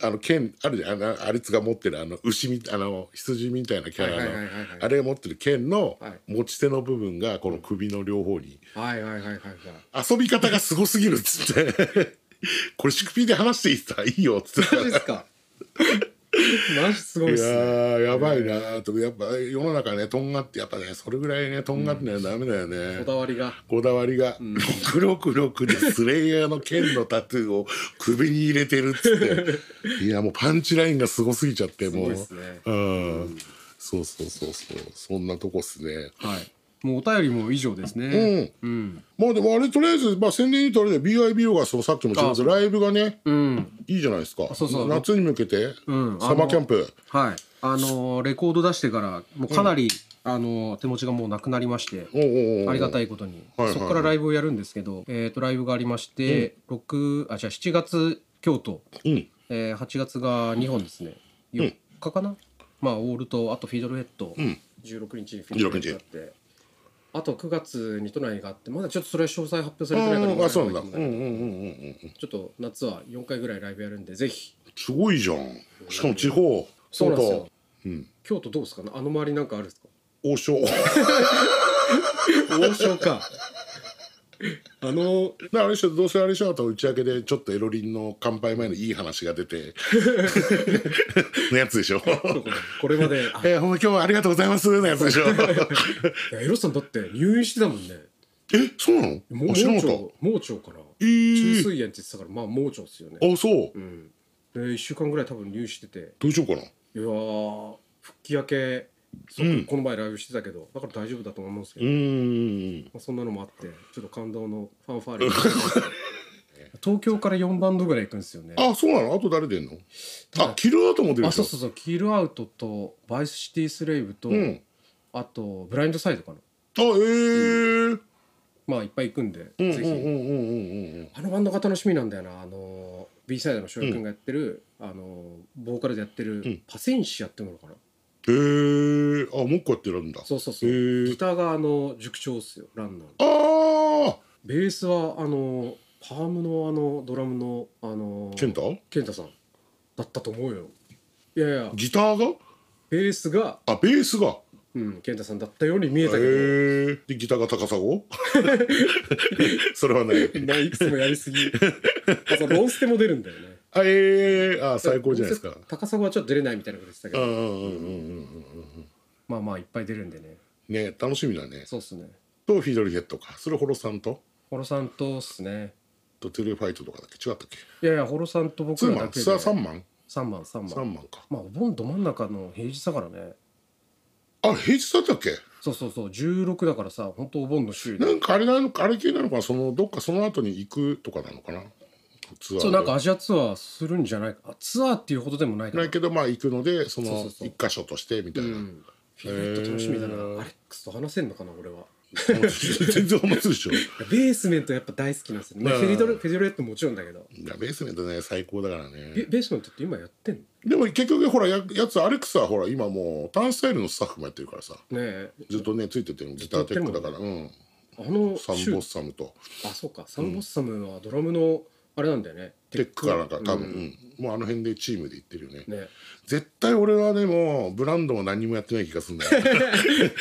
Speaker 1: あの剣あるじゃんあのあいつが持ってるあの牛みあの羊みたいなキャラの
Speaker 2: はいはいはいはいはい
Speaker 1: あれが持ってる剣の
Speaker 2: はい
Speaker 1: 持ち手の部分がこの首の両方に
Speaker 2: はいはいはいはいはい
Speaker 1: 遊び方がすごすぎるっつって [laughs] これシクピーで話していいっすかいいよっつ
Speaker 2: [laughs]
Speaker 1: って
Speaker 2: マジっすかマジすごいっ
Speaker 1: い
Speaker 2: す
Speaker 1: や
Speaker 2: ね
Speaker 1: ーやばいなーとやっぱ世の中ねとんがってやっぱねそれぐらいねとんがってないとダメだよね、
Speaker 2: こだわりが
Speaker 1: こだわりが、666でスレイヤーの剣のタトゥーを首に入れてるっつっていやもうパンチラインがすごすぎちゃっても
Speaker 2: ご
Speaker 1: う
Speaker 2: いっすね
Speaker 1: うんそうそうそうそうそんなとこっすね
Speaker 4: はいもうお便りも以上ですねうん
Speaker 1: まあでもあれとりあえず、まあ、宣伝にとあれで BIBO がそうさっきも言ったけどライブがね
Speaker 4: うん
Speaker 1: いいじゃないですか
Speaker 4: そうそう
Speaker 1: 夏に向けて、
Speaker 4: うん
Speaker 1: サマーキャンプ
Speaker 4: はいあのーレコード出してからもうかなりあのー手持ちがもうなくなりまして
Speaker 1: おうおうおう
Speaker 4: ありがたいことに、
Speaker 1: はいはいはい
Speaker 4: そこからライブをやるんですけど、えー、とライブがありまして、六あじゃあ7月京都、
Speaker 1: うん
Speaker 4: えー、8月が日本ですね4日かな、まあオールとあとフィードルヘッド、
Speaker 1: うん
Speaker 2: 16日にフィリピンに行ってあと9月に都内があってまだちょっとそれは詳細発表されてないから
Speaker 1: あそうなんだう
Speaker 2: 言
Speaker 1: ん
Speaker 2: え
Speaker 1: う
Speaker 2: ない
Speaker 1: んうんうんうん
Speaker 2: ちょっと夏は4回ぐらいライブやるんでぜひ
Speaker 1: すごいじゃんしかも地方
Speaker 2: そうなんですよ
Speaker 1: 外うん
Speaker 2: 京都どうですかねあの周りなんかあるんですか
Speaker 1: 王将
Speaker 2: 王将かあ
Speaker 1: だ
Speaker 2: の
Speaker 1: からあれでしょどうせあれでしょあと打ち明けでちょっとエロリンの乾杯前のいい話が出 [laughs] てのやつでしょ
Speaker 2: そうかこれまであい
Speaker 1: [laughs] えー、ほんま今日はありがとうございますのやつで [laughs] しょ
Speaker 2: やエロさんだって入院してたもんね
Speaker 1: えそうなの
Speaker 2: 盲
Speaker 1: あ
Speaker 2: 腸
Speaker 1: 知らなかった
Speaker 2: 盲腸から
Speaker 1: え
Speaker 2: 虫
Speaker 1: ー、
Speaker 2: 垂炎って言ってたからまあ盲腸っすよね
Speaker 1: あそう
Speaker 2: うんで1週間ぐらい多分入院してて
Speaker 1: どうしようかない
Speaker 2: やー復帰明けそう
Speaker 1: うん
Speaker 2: この前ライブしてたけどだから大丈夫だと思うんですけ
Speaker 1: う
Speaker 2: ど、
Speaker 1: ーん
Speaker 2: まあ、そんなのもあってちょっと感動のファンファ
Speaker 1: [laughs]
Speaker 2: ーレが
Speaker 4: 東京から4バンドぐらい行くんですよね
Speaker 1: あそうなのあと誰出んのあキルアートも出る
Speaker 4: あ
Speaker 1: でし
Speaker 4: そ
Speaker 1: ょ
Speaker 4: うそうそうキルアウトとバイスシティスレイブと、
Speaker 1: うん
Speaker 4: あとブラインドサイドかな
Speaker 1: あえー
Speaker 2: まあいっぱい行くんで、
Speaker 1: うん、うん
Speaker 2: ぜ
Speaker 1: うんうんうん
Speaker 2: ひ
Speaker 1: うん
Speaker 2: あのバンドが楽しみなんだよなあのー B サイドの翔くんがやってる、あのーボーカルでやってる、
Speaker 1: ん
Speaker 2: パセンシアってものかな
Speaker 1: えー、あもう一個やってるんだ
Speaker 2: そうそうそう
Speaker 1: へー
Speaker 2: ギターがあの塾長っすよランナーの
Speaker 1: ああ
Speaker 2: ベースはあのーパームのあのドラムのあの
Speaker 1: 健太
Speaker 2: 健太さんだったと思うよいやいや
Speaker 1: ギターが
Speaker 2: ベースが、
Speaker 1: あベースが
Speaker 2: うん、健太さんだったように見え
Speaker 1: へ
Speaker 2: たけ
Speaker 1: えでギターが高砂 [laughs] それはね
Speaker 2: ど、まあ、いくつもやりすぎ
Speaker 1: [laughs]
Speaker 2: あそうロンステも出るんだよね
Speaker 1: あええあ最高じゃないですか
Speaker 2: 高砂はちょっと出れないみたいなこと言ってたけ
Speaker 1: うん
Speaker 2: ど
Speaker 1: うんうんうんうん
Speaker 2: まあまあいっぱい出るんでね
Speaker 1: ね楽しみだね
Speaker 2: そうっすね
Speaker 1: とフィドルヘッドかそれホロさんと
Speaker 2: ホロさんとっすね
Speaker 1: とトゥルーファイトとかだっけ違ったっけ
Speaker 2: いやいやホロさんと僕
Speaker 1: ツ
Speaker 2: ら
Speaker 1: ー
Speaker 2: だ
Speaker 1: マン
Speaker 2: けで
Speaker 1: ツアー3万
Speaker 2: 3万3万
Speaker 1: 3万か
Speaker 2: まあお盆ど真ん中の平日だからね
Speaker 1: あ平日だったっけ
Speaker 2: そうそうそう16だからさ本当お盆の週で
Speaker 1: なんかあれなのかあれ系なのかなそのどっかその後に行くとかなのかなツアーで
Speaker 2: そうなんかアジアツアーするんじゃないかあツアーっていうほどでもないか
Speaker 1: ないけどまあ行くのでそ
Speaker 2: そうそ
Speaker 1: の
Speaker 2: うそう
Speaker 1: 一箇所としてみたいな、
Speaker 2: うんフィルット楽しみだな、アレックスと話せんのかな俺は
Speaker 1: [laughs] 全然思ってるでしょ
Speaker 2: ベースメントやっぱ大好きなんですよ、ねまあ、
Speaker 1: うん
Speaker 2: フェリドルフェデルレットもちろんだけど
Speaker 1: いやベースメントね最高だから
Speaker 2: ベ
Speaker 1: ね
Speaker 2: ベースメントって今やってんのね
Speaker 1: でも結局ほらややつアレックスはほら今もうターンスタイルのスタッフもやってるからさ
Speaker 2: え
Speaker 1: ずっとねついててギターテックだから、うん
Speaker 2: あの
Speaker 1: サンボッサムと
Speaker 2: シュあそうかサンボッサムはドラムのあれなんだよね、
Speaker 1: テックかなんか多分、う
Speaker 2: う
Speaker 1: んんもうあの辺でチームで行ってるよね
Speaker 2: ね
Speaker 1: 絶対俺はでもブランドも何もやってない気がするんだよ
Speaker 2: [laughs]
Speaker 1: ね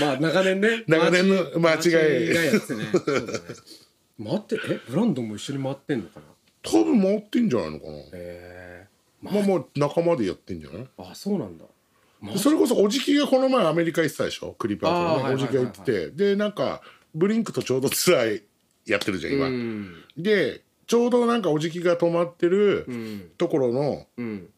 Speaker 2: まあ長年ね
Speaker 1: 長年の間違い
Speaker 2: 間違やってねそうだね回ってえブランドンも一緒に回ってんのかな
Speaker 1: 多分回ってんじゃないのかな
Speaker 2: へえ
Speaker 1: まあまあ仲間でやってんじゃない
Speaker 2: あそうなんだマジ
Speaker 1: それこそおじきがこの前アメリカ行ってたでしょクリパーと
Speaker 2: あー
Speaker 1: か
Speaker 2: はい
Speaker 1: ねお
Speaker 2: はい
Speaker 1: じ
Speaker 2: は
Speaker 1: きが
Speaker 2: い
Speaker 1: 行っててでなんかブリンクとちょうどツアーやってるじゃん
Speaker 2: う
Speaker 1: 今、
Speaker 2: ん
Speaker 1: でちょうどなんかおじきが泊まって
Speaker 2: う
Speaker 1: る
Speaker 2: ん
Speaker 1: ところの
Speaker 2: うん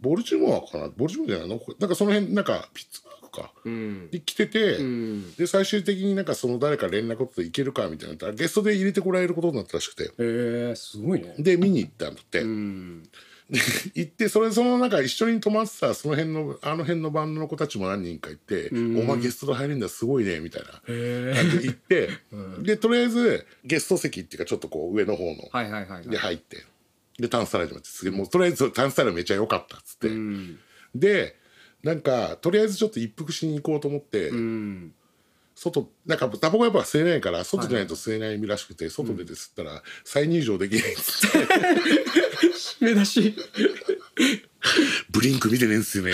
Speaker 1: ボルチモアかなボルチモアじゃないのなんかその辺なんかピッツバーグか
Speaker 2: うん
Speaker 1: に来てて、
Speaker 2: うん
Speaker 1: で最終的になんかその誰か連絡取っていけるかみたいになったらゲストで入れてこられることになったらしくて
Speaker 2: へえすごいね
Speaker 1: で見に行ったんだって、
Speaker 2: うん
Speaker 1: 行ってそれそのなんか一緒に泊まってたその辺のあの辺のバンドの子たちも何人かいて「
Speaker 2: ん
Speaker 1: お前ゲストで入るんだすごいね」み
Speaker 2: [laughs]
Speaker 1: たいな
Speaker 2: へえ
Speaker 1: 感じで行って、でとりあえずゲスト席っていうかちょっとこう上の方の
Speaker 2: はいはいは
Speaker 1: で
Speaker 2: いはい
Speaker 1: 入ってでタンスタライドもやってすげえもうとりあえずタンスタライドめちゃ良かったっつって、
Speaker 2: うん
Speaker 1: でなんかとりあえずちょっと一服しに行こうと思って、
Speaker 2: うん
Speaker 1: 外なんかタバコやっぱ吸えないから外じゃないと吸えない身らしくて、外出て吸ったら再入場できないっつって
Speaker 2: 目出し
Speaker 1: ブリンク見てねえんす [laughs] よね。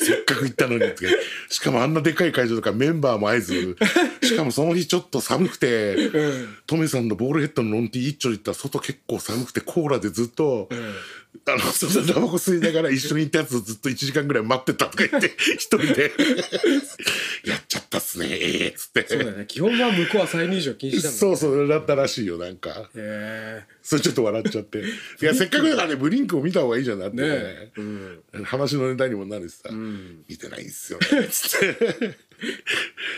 Speaker 1: せっかく行ったのにって。しかもあんなでかい会場とかメンバーも会えず、しかもその日ちょっと寒くて、トメさんのボールヘッドのロンティー一丁で行ったら外結構寒くてコーラでずっと、あの、そんなタバコ吸いながら一緒に行ったやつをずっと1時間ぐらい待ってたとか
Speaker 2: [laughs]
Speaker 1: 言って、一人で、やっちゃったっすね、ええっつっ
Speaker 2: そう
Speaker 1: て。
Speaker 2: だよね基本は向こうは再入場禁止だもん
Speaker 1: [laughs]
Speaker 2: ね
Speaker 1: そうそう、だったらしいよ、なんか。
Speaker 2: へ
Speaker 1: それちょっと笑っちゃ
Speaker 2: [laughs]
Speaker 1: って。いや、せっかくだからね、ブリンクを見た方がいいじゃんなって
Speaker 2: え
Speaker 1: ね。
Speaker 2: ねえうん
Speaker 1: 話のネタにもなるしさ、見てないんすよ
Speaker 2: [laughs]
Speaker 1: ねつって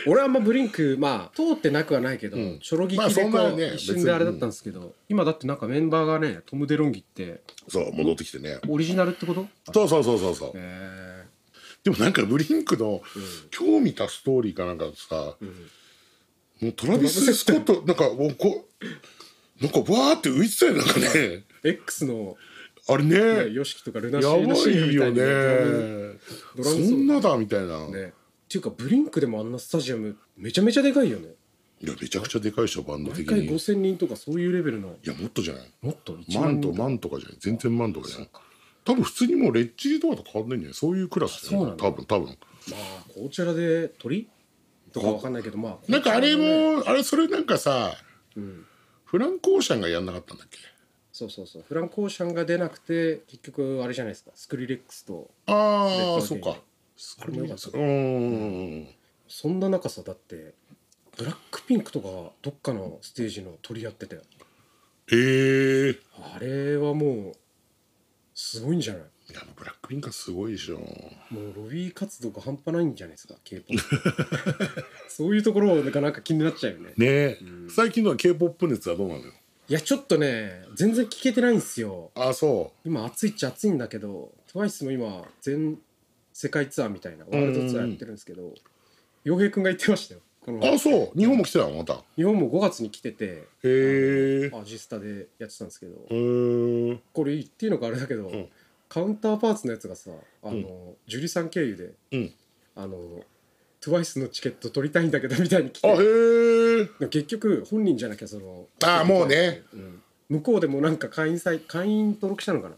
Speaker 2: 俺はあんまブリンクまあ通ってなくはないけど、
Speaker 1: ん
Speaker 2: ちょろぎき
Speaker 1: まあ
Speaker 2: で
Speaker 1: そ
Speaker 2: こ
Speaker 1: ん
Speaker 2: う、
Speaker 1: なね
Speaker 2: 一瞬であれだったんですけど、今だってなんかメンバーがねトム・デロンギって
Speaker 1: そう戻ってきてね
Speaker 2: オリジナルってこと
Speaker 1: そうそうそうそうそう
Speaker 2: え
Speaker 1: でもなんかブリンクの興味たストーリーかなんかさ、もうトラビス・スコットなんかもうこうなんかわーって [laughs] 浮いてたよなんかね
Speaker 2: ー、X の
Speaker 1: あれね
Speaker 2: ヨシキとかルナ
Speaker 1: や
Speaker 2: シ
Speaker 1: ば
Speaker 2: ーナシー
Speaker 1: い
Speaker 2: みた
Speaker 1: よ
Speaker 2: いに
Speaker 1: ね
Speaker 2: ねドラムドラム
Speaker 1: そ
Speaker 2: ソロ
Speaker 1: んなだみたいな、
Speaker 2: ねっていうかブリンクでもあんなスタジアムめちゃめちゃでかいよね
Speaker 1: いやめちゃくちゃでかいでしょバンド
Speaker 2: 毎
Speaker 1: 的
Speaker 2: 回
Speaker 1: にい
Speaker 2: 5000人とかそういうレベルの
Speaker 1: やもっとじゃない
Speaker 2: もっと1
Speaker 1: 万
Speaker 2: 万人
Speaker 1: と
Speaker 2: とか
Speaker 1: 万とかじゃない全然万とかじゃない多分普通にもうレッチリとかと変わんないんじゃないそういうクラスだ
Speaker 2: そう
Speaker 1: よ
Speaker 2: な
Speaker 1: ね
Speaker 2: んだ
Speaker 1: 多分多分
Speaker 2: まあこちらで鳥とかわかんないけどまあ
Speaker 1: なんかあれ
Speaker 2: 紅茶のね
Speaker 1: もあれそれなんかさ
Speaker 2: うん
Speaker 1: フランコーシャンがやんなかったんだっけ
Speaker 2: そうそうそうフランコーシャンが出なくて結局あれじゃないですかスクリレックスと
Speaker 1: ああ
Speaker 2: レッド
Speaker 1: そう
Speaker 2: オーケー
Speaker 1: かスクリーン
Speaker 2: あれもよかった
Speaker 1: うーん
Speaker 2: そんな中さだってブラックピンクとかどっかのステージの鳥やってたよ
Speaker 1: ええ
Speaker 2: あれはもうすごいんじゃない
Speaker 1: いやブラックピンクはすごいでしょ
Speaker 2: もうロビー活動が半端ないんじゃないですか k p o p [laughs] そういうところがなんか気になっちゃうよね
Speaker 1: ねえ最近の k p o p 熱はどうなのよ
Speaker 2: いやちょっとね全然聞けてないんですよ
Speaker 1: ああそ
Speaker 2: 今暑いっちゃ暑いんだけど TWICE も今全世界ツアーみたいなワールドツアーやってるんですけど洋平くんが言ってましたよこの
Speaker 1: うああそう日本も来てたのまたへ
Speaker 2: 日本も5月に来てて
Speaker 1: え
Speaker 2: アジスタでやってたんですけど
Speaker 1: うーん
Speaker 2: これ言っていうのがあれだけど、
Speaker 1: ん
Speaker 2: カウンターパーツのやつがさあの、
Speaker 1: ん
Speaker 2: ジュリさん経由で
Speaker 1: うん
Speaker 2: あの TWICE のチケット取りたいんだけどみたいに来
Speaker 1: あへえ
Speaker 2: てでも結局本人じゃなきゃその
Speaker 1: あーもうね
Speaker 2: うん向こうでもなんか会員さい会員登録したのかな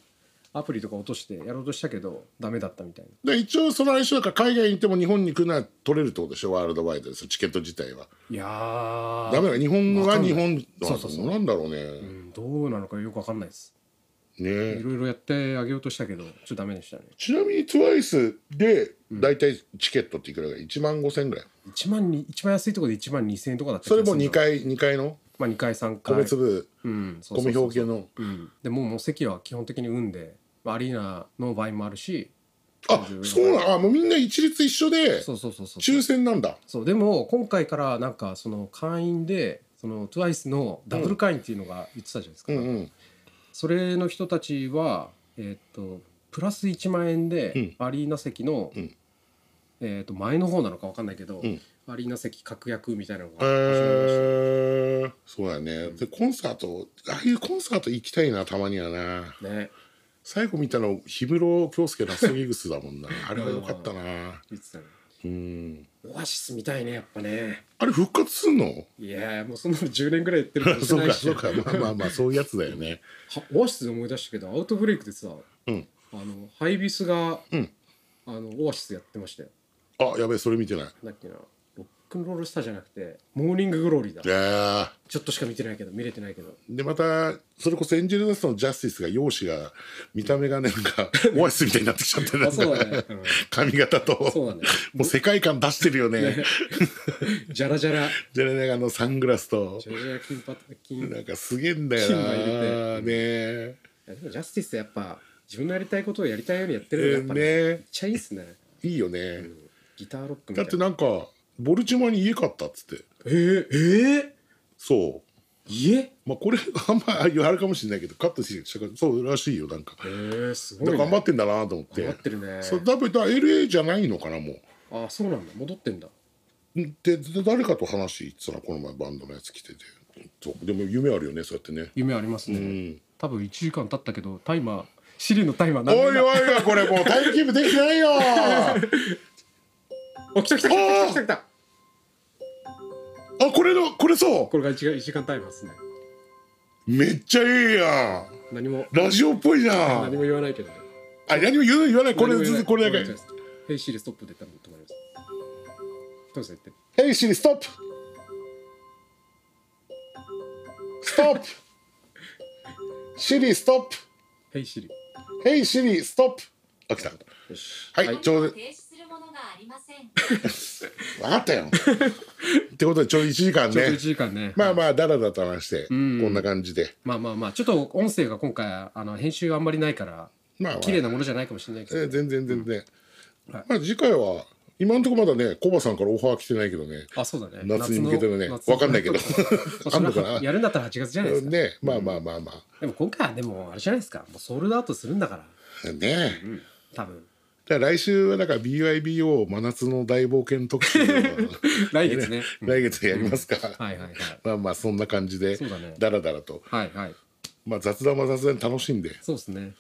Speaker 2: アプリとか落としてやろうとしたけどダメだったみたいな
Speaker 1: で一応その相性だから海外に行っても日本に来るなら取れるってことでしょワールドワイドですチケット自体はい
Speaker 2: やー
Speaker 1: ダメだ日本
Speaker 2: わ
Speaker 1: は
Speaker 2: かんない
Speaker 1: 日本
Speaker 2: そうそうそう
Speaker 1: なんだろうね、
Speaker 2: うんどうなのかよくわかんないですい
Speaker 1: ね
Speaker 2: ろいろやってあげようとしたけどちょっとダメでしたね
Speaker 1: ちなみに TWICE で大体チケットっていくらぐらい1万5000円ぐらい
Speaker 2: 一万に一番安いところで1万2000円とかだった気
Speaker 1: そ
Speaker 2: が
Speaker 1: れ
Speaker 2: する
Speaker 1: も2回二回の
Speaker 2: まあ2回3回
Speaker 1: 米粒、
Speaker 2: うんそうそうそう
Speaker 1: 米表系の
Speaker 2: うんでもうもう席は基本的に運でまあアリーナの場合もあるし
Speaker 1: あそうなんあもうみんな一律一緒で
Speaker 2: そうそうそうそう
Speaker 1: 抽選なんだ
Speaker 2: そうでも今回からなんかその会員でその TWICE のダブル会員っていうのが言ってたじゃないですか、
Speaker 1: うんうん
Speaker 2: それの人たちはえーっとプラス1万円
Speaker 1: うん
Speaker 2: でアリーナ席の、
Speaker 1: うん
Speaker 2: えーっと前の方なのか分かんないけど、
Speaker 1: うん
Speaker 2: アリーナ席確約みたいなのが
Speaker 1: え
Speaker 2: 始まりました
Speaker 1: ー、そうだねでコンサートああいうコンサート行きたいなたまにはな
Speaker 2: ね
Speaker 1: 最後見たの氷室京介ラストギグスだも
Speaker 2: [laughs]
Speaker 1: んなあれは良かったな
Speaker 2: 言ってたね
Speaker 1: うん
Speaker 2: オアシスみたいねやっぱね
Speaker 1: あれ復活すんの
Speaker 2: いやーもうそんなの10年ぐらいやってるかもし
Speaker 1: [laughs] そう
Speaker 2: れない
Speaker 1: か
Speaker 2: し
Speaker 1: そうかまあまあまあそういうやつだよね
Speaker 2: はオアシスで思い出したけどアウトブレイクでさ、
Speaker 1: うん
Speaker 2: あのハイビスが、
Speaker 1: うん
Speaker 2: あのオアシスやってましたよ
Speaker 1: あやべえそれ見てない
Speaker 2: なんだっけなロックンロールスターじゃなくてモーニンググローリーだ
Speaker 1: いや
Speaker 2: ちょっとしか見てないけど見れてないけど
Speaker 1: ーでまたそれこそエンジェルダストのジャスティスが容姿が見た目がねなん
Speaker 2: [laughs]
Speaker 1: かオアシスみたいになってきちゃってな
Speaker 2: あ
Speaker 1: んか
Speaker 2: そうだね、うん
Speaker 1: 髪型と
Speaker 2: そうだね
Speaker 1: もう世界観出してるよね
Speaker 2: ジャラジャラ
Speaker 1: ジェレネガのサングラスと
Speaker 2: ジャラジャラ金髪金
Speaker 1: なんかすげえんだよ
Speaker 2: 金が
Speaker 1: な
Speaker 2: い
Speaker 1: ねえ
Speaker 2: いやでもジャスティスってやっぱ自分のやりたいことをやりたいようにやってるのがやっぱね,、
Speaker 1: ね
Speaker 2: めっちゃいいっすね、
Speaker 1: いいよね
Speaker 2: うんギターロックみた
Speaker 1: だ
Speaker 2: い
Speaker 1: っ
Speaker 2: な
Speaker 1: てなんかボルチモアに家買ったっつって
Speaker 2: えー、え
Speaker 1: そう
Speaker 2: ー、家え
Speaker 1: まあこれあんま言われるかもしれないけどカットしてるそうらしいよなんか
Speaker 2: ー、すごい、
Speaker 1: なん
Speaker 2: ね、
Speaker 1: か頑張ってんだなと思って
Speaker 2: 頑張ってるね
Speaker 1: そうだぶだ LA じゃないのかなも
Speaker 2: あそうなんだ戻ってんだ
Speaker 1: うでで誰かと話してたなこの前バンドのやつ来ててそうでも夢あるよねそうやってね
Speaker 4: 夢ありますね、
Speaker 1: うん
Speaker 4: 多分1時間経ったけどタイマーシリのタイマー
Speaker 1: おいお
Speaker 4: 何
Speaker 1: いおいこれも
Speaker 2: [laughs]
Speaker 1: うタイムキープできてないよあ
Speaker 2: あ来た来た来た来た来た来た
Speaker 1: これのこれそ
Speaker 2: これが一時一時間タイムですね
Speaker 1: うめっちゃいいやん
Speaker 2: 何も
Speaker 1: ラジオっぽいじゃ
Speaker 2: 何
Speaker 1: ん
Speaker 2: も言わないけどね
Speaker 1: あ何も言う言わないこれ
Speaker 2: 何も言わない
Speaker 1: これだけ
Speaker 2: ごめんなさいヘイシーでストップで多分止まりますどうぞ言って
Speaker 1: 「ヘイシリストップ!」ストップシリストップ
Speaker 2: ヘイシリ
Speaker 1: ヘイシリストップあ、来た。
Speaker 2: よし
Speaker 1: は
Speaker 3: タイ
Speaker 1: い、
Speaker 3: マ
Speaker 1: ちょ
Speaker 3: ーを
Speaker 1: う
Speaker 3: 停止するものがありません。
Speaker 1: ど、わか
Speaker 2: [laughs]
Speaker 1: ったよ。ってことで、ちょうど1時間
Speaker 4: ちょうど1
Speaker 1: ね。
Speaker 4: 時間ね、
Speaker 1: まあまあ、だらだらと話して、こんな感じで。
Speaker 4: まあまあまあちょっと音声が今回あの編集あんまりないから
Speaker 1: まあまあ、
Speaker 4: 綺麗なものじゃないかもしれないけど、
Speaker 1: え全然全然。
Speaker 4: んはい
Speaker 1: まあ、次回は、今のところまだね、コバさんからオファー来てないけどね。
Speaker 4: あそうだね
Speaker 1: 夏に向けてのね
Speaker 4: 夏の
Speaker 1: わかんないけど
Speaker 4: まあ [laughs] それ
Speaker 1: あんのか
Speaker 4: は
Speaker 1: な
Speaker 4: やるんだったら8月じゃないですか、
Speaker 1: ね、まあまあまあま
Speaker 4: でも今回はでもあれじゃないですかもうソールドアウトするんだから
Speaker 1: あ。ね。
Speaker 4: 多分
Speaker 1: だから来週はだから BYBO 真夏の大冒険特集を
Speaker 4: 来月 [laughs] ね、うん
Speaker 1: [laughs] 来月やりますか、
Speaker 4: はいはいはい
Speaker 1: まあまあそんな感じで
Speaker 4: そうだね
Speaker 1: だらだらと、
Speaker 4: はいはい
Speaker 1: まあ、雑談は雑談で楽しんで
Speaker 4: そうですね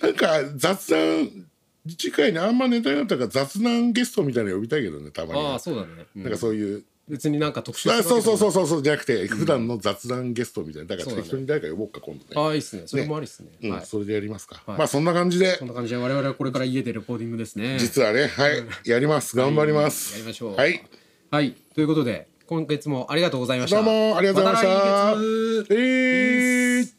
Speaker 1: なんか雑談次回にあんまネタになったから雑談ゲストみたいなの呼びたいけどねたまには
Speaker 4: ああそうだね、うん
Speaker 1: なんかそういう、
Speaker 4: 別になんか特殊
Speaker 1: あそうそう
Speaker 4: う
Speaker 1: そうそうそうじゃなくて普段の雑談ゲストみたいなだか
Speaker 4: そうだね
Speaker 1: ら適当に誰か呼ぼうか今度ね
Speaker 4: ああいいっすねそれもありっすね
Speaker 1: うん
Speaker 4: はい
Speaker 1: それでやりますか、
Speaker 4: はい
Speaker 1: まあそんな感じで
Speaker 4: こんな感じで我々はこれから家でレコーディングですね
Speaker 1: 実はねはいやります頑張ります、
Speaker 4: やりましょう
Speaker 1: はい
Speaker 4: はいということで今月もありがとうございました
Speaker 1: どうもありがとうございました
Speaker 4: た来月
Speaker 1: えー